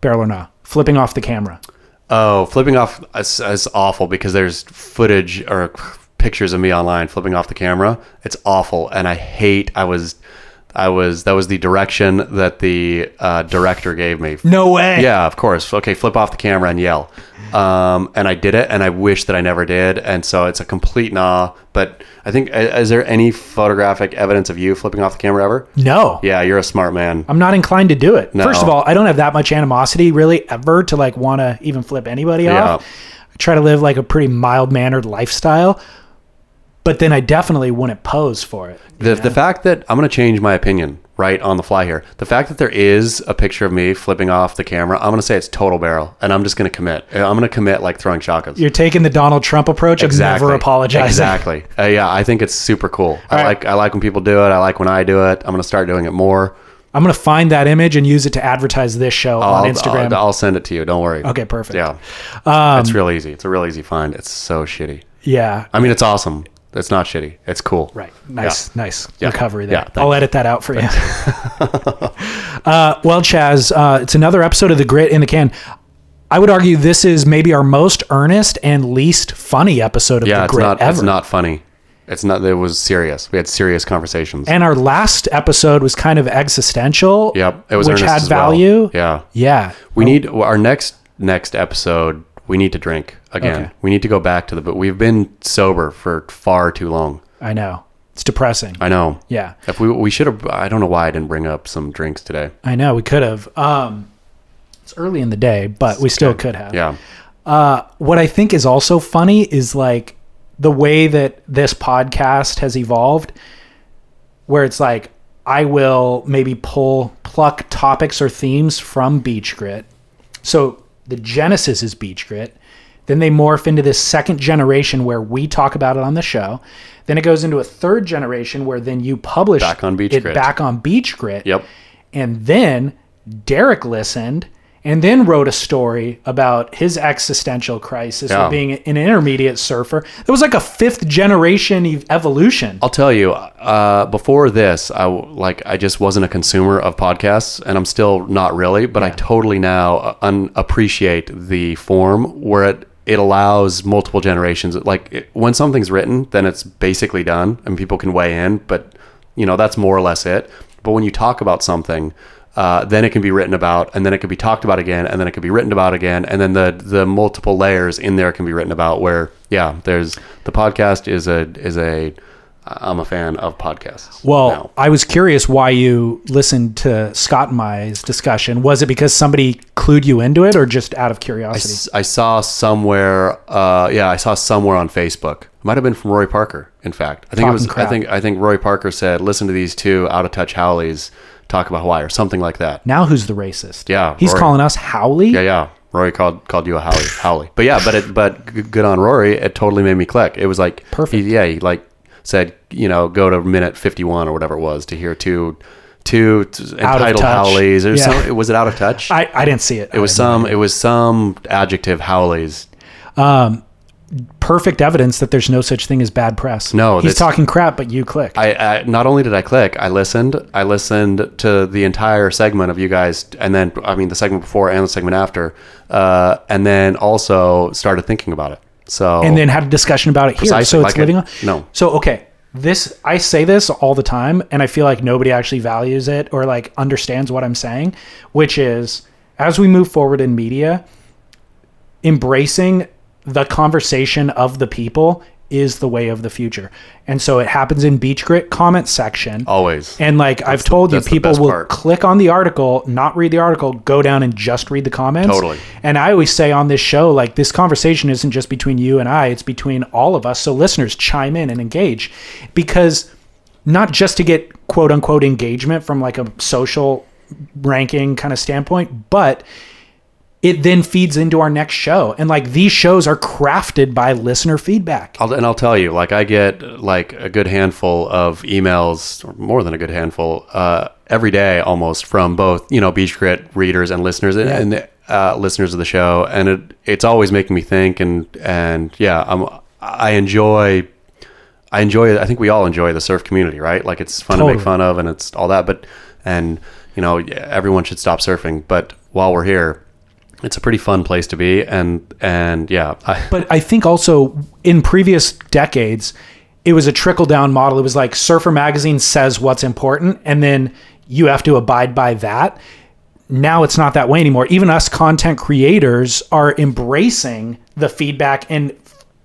Barrel or not? Flipping off the camera. Oh, flipping off is, is awful because there's footage or pictures of me online flipping off the camera. It's awful, and I hate. I was, I was. That was the direction that the uh, director gave me. No way. Yeah, of course. Okay, flip off the camera and yell. Um, and I did it, and I wish that I never did. And so it's a complete nah. But I think i- is there any photographic evidence of you flipping off the camera ever? No. Yeah, you're a smart man. I'm not inclined to do it. No. First of all, I don't have that much animosity really ever to like want to even flip anybody Yeah. off. I try to live like a pretty mild mannered lifestyle, but then I definitely wouldn't pose for it. The, the fact that I'm going to change my opinion right on the fly here. The fact that there is a picture of me flipping off the camera, I'm going to say it's total barrel, and I'm just going to commit. Uh, I'm going to commit like throwing shotguns. You're taking the Donald Trump approach of never apologizing. Exactly. Uh, yeah, I think it's super cool. I right. like I like when people do it. I like when I do it. I'm going to start doing it more. I'm going to find that image and use it to advertise this show I'll, on Instagram. I'll, I'll send it to you. Don't worry. Okay, perfect. Um, Yeah, it's real easy. It's a real easy find. It's so shitty. yeah. I mean, it's awesome. It's not shitty. It's cool. Right. Nice, nice recovery Yeah, there. thank I'll edit that out for you. uh, well, Chaz, uh, it's another episode of The Grit in the Can. I would argue this is maybe our most earnest and least funny episode of Yeah, The it's Grit not. ever. It's not funny. It's not. It was serious. We had serious conversations. And our last episode was kind of existential. Yep, it was which earnest had as well. value. Yeah, Yeah. we need our next next episode. We need to drink again. Okay. We need to go back to the. But we've been sober for far too long. I know. It's depressing. I know. yeah. If we we should have. I don't know why I didn't bring up some drinks today. I know. We could have. Um, it's early in the day, but we still could have. Yeah. Uh, what I think is also funny is like the way that this podcast has evolved, where it's like I will maybe pull pluck topics or themes from Beach Grit. So the genesis is Beach Grit. Then they morph into this second generation where we talk about it on the show. Then it goes into a third generation where then you publish Back on Beach it Grit. back on Beach Grit. Yep. And then Derek listened and then wrote a story about his existential crisis Yeah. of being an intermediate surfer. It was like a fifth generation ev- evolution. I'll tell you, uh, before this, I w- like I just wasn't a consumer of podcasts, and I'm still not really, but I totally now uh, un- appreciate the form where it it allows multiple generations. Like it, when something's written, then it's basically done, and people can weigh in. But you know that's more or less it. But when you talk about something. Uh, then it can be written about, and then it can be talked about again, and then it can be written about again, and then the the multiple layers in there can be written about. Where yeah, there's the podcast is a is a I'm a fan of podcasts. Well, now. I was curious why you listened to Scott and my's discussion. Was it because somebody clued you into it, or just out of curiosity? S- I saw somewhere, uh, yeah, I saw somewhere on Facebook. It might have been from Roy Parker. In fact, I think it was. Talking crap. I think I think Roy Parker said, "Listen to these two out of touch Howleys talk about Hawaii" or something like that. now who's the racist? Yeah, he's Rory. calling us Howley. Yeah, yeah. Rory called called you a Howley, Howley. But yeah, but it but g- good on Rory. It totally made me click. It was like Perfect. he- yeah, he like said, you know, go to minute 51 or whatever it was to hear two two t- Out of entitled touch. Howleys or Yeah. some, was it out of touch? I, I didn't see it. it was some it was some adjective Howleys perfect evidence that there's no such thing as bad press. No, he's that's- talking crap, but you click. I, I not only did I click, I listened. I listened to the entire segment of you guys, and then I mean the segment before and the segment after, uh, and then also started thinking about it. So and then had a discussion about it here. Precisely, so it's like living it- on. no. So okay, this I say this all the time, and I feel like nobody actually values it or like understands what I'm saying, which is as we move forward in media, embracing the conversation of the people is the way of the future. And so it happens in Beach Grit comment section. always And like I've told you, that's the people best will part. click on the article, not read the article, go down and just read the comments. Totally. And I always say on this show, like this conversation isn't just between you and I, it's between all of us. So listeners chime in and engage because not just to get quote unquote engagement from like a social ranking kind of standpoint, but it then feeds into our next show. And like these shows are crafted by listener feedback. I'll, and I'll tell you, like I get like a good handful of emails, or more than a good handful, uh, every day almost from both you know Beach Grit readers and listeners and, and uh, listeners of the show, and it it's always making me think, and and yeah, I'm I enjoy. I enjoy. I think we all enjoy the surf community, right? Like it's fun to make Totally. fun of, and it's all that. But and you know, everyone should stop surfing. But while we're here, it's a pretty fun place to be. And and yeah, I, but I think also in previous decades, it was a trickle down model. It was like Surfer Magazine says what's important, and then you have to abide by that. Now it's not that way anymore. Even us content creators are embracing the feedback and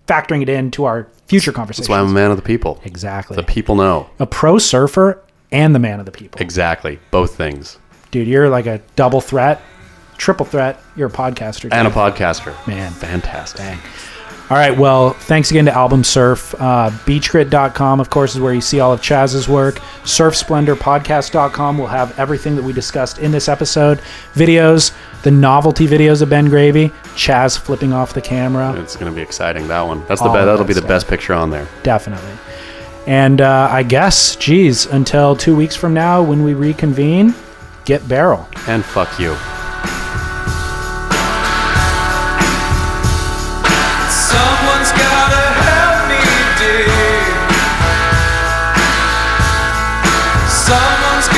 factoring it into our future conversations. that's why I'm a man of the people. exactly. The people know. a pro surfer and the man of the people. Exactly. Both things. Dude, you're like a double threat, triple threat. You're a podcaster. dude. And a podcaster. Man. Fantastic. All right. Well, thanks again to Album Surf. Uh, beachgrit.com, of course, is where you see all of Chaz's work. SurfSplendorPodcast.com will have everything that we discussed in this episode videos, the novelty videos of Ben Gravy, Chaz flipping off the camera. It's going to be exciting, that one. That's the All best. of That'll that be the stuff. best picture on there. Definitely. And uh, I guess, geez, until two weeks from now when we reconvene, get barrel. And fuck you. Someone's gotta help me, dear. Someone's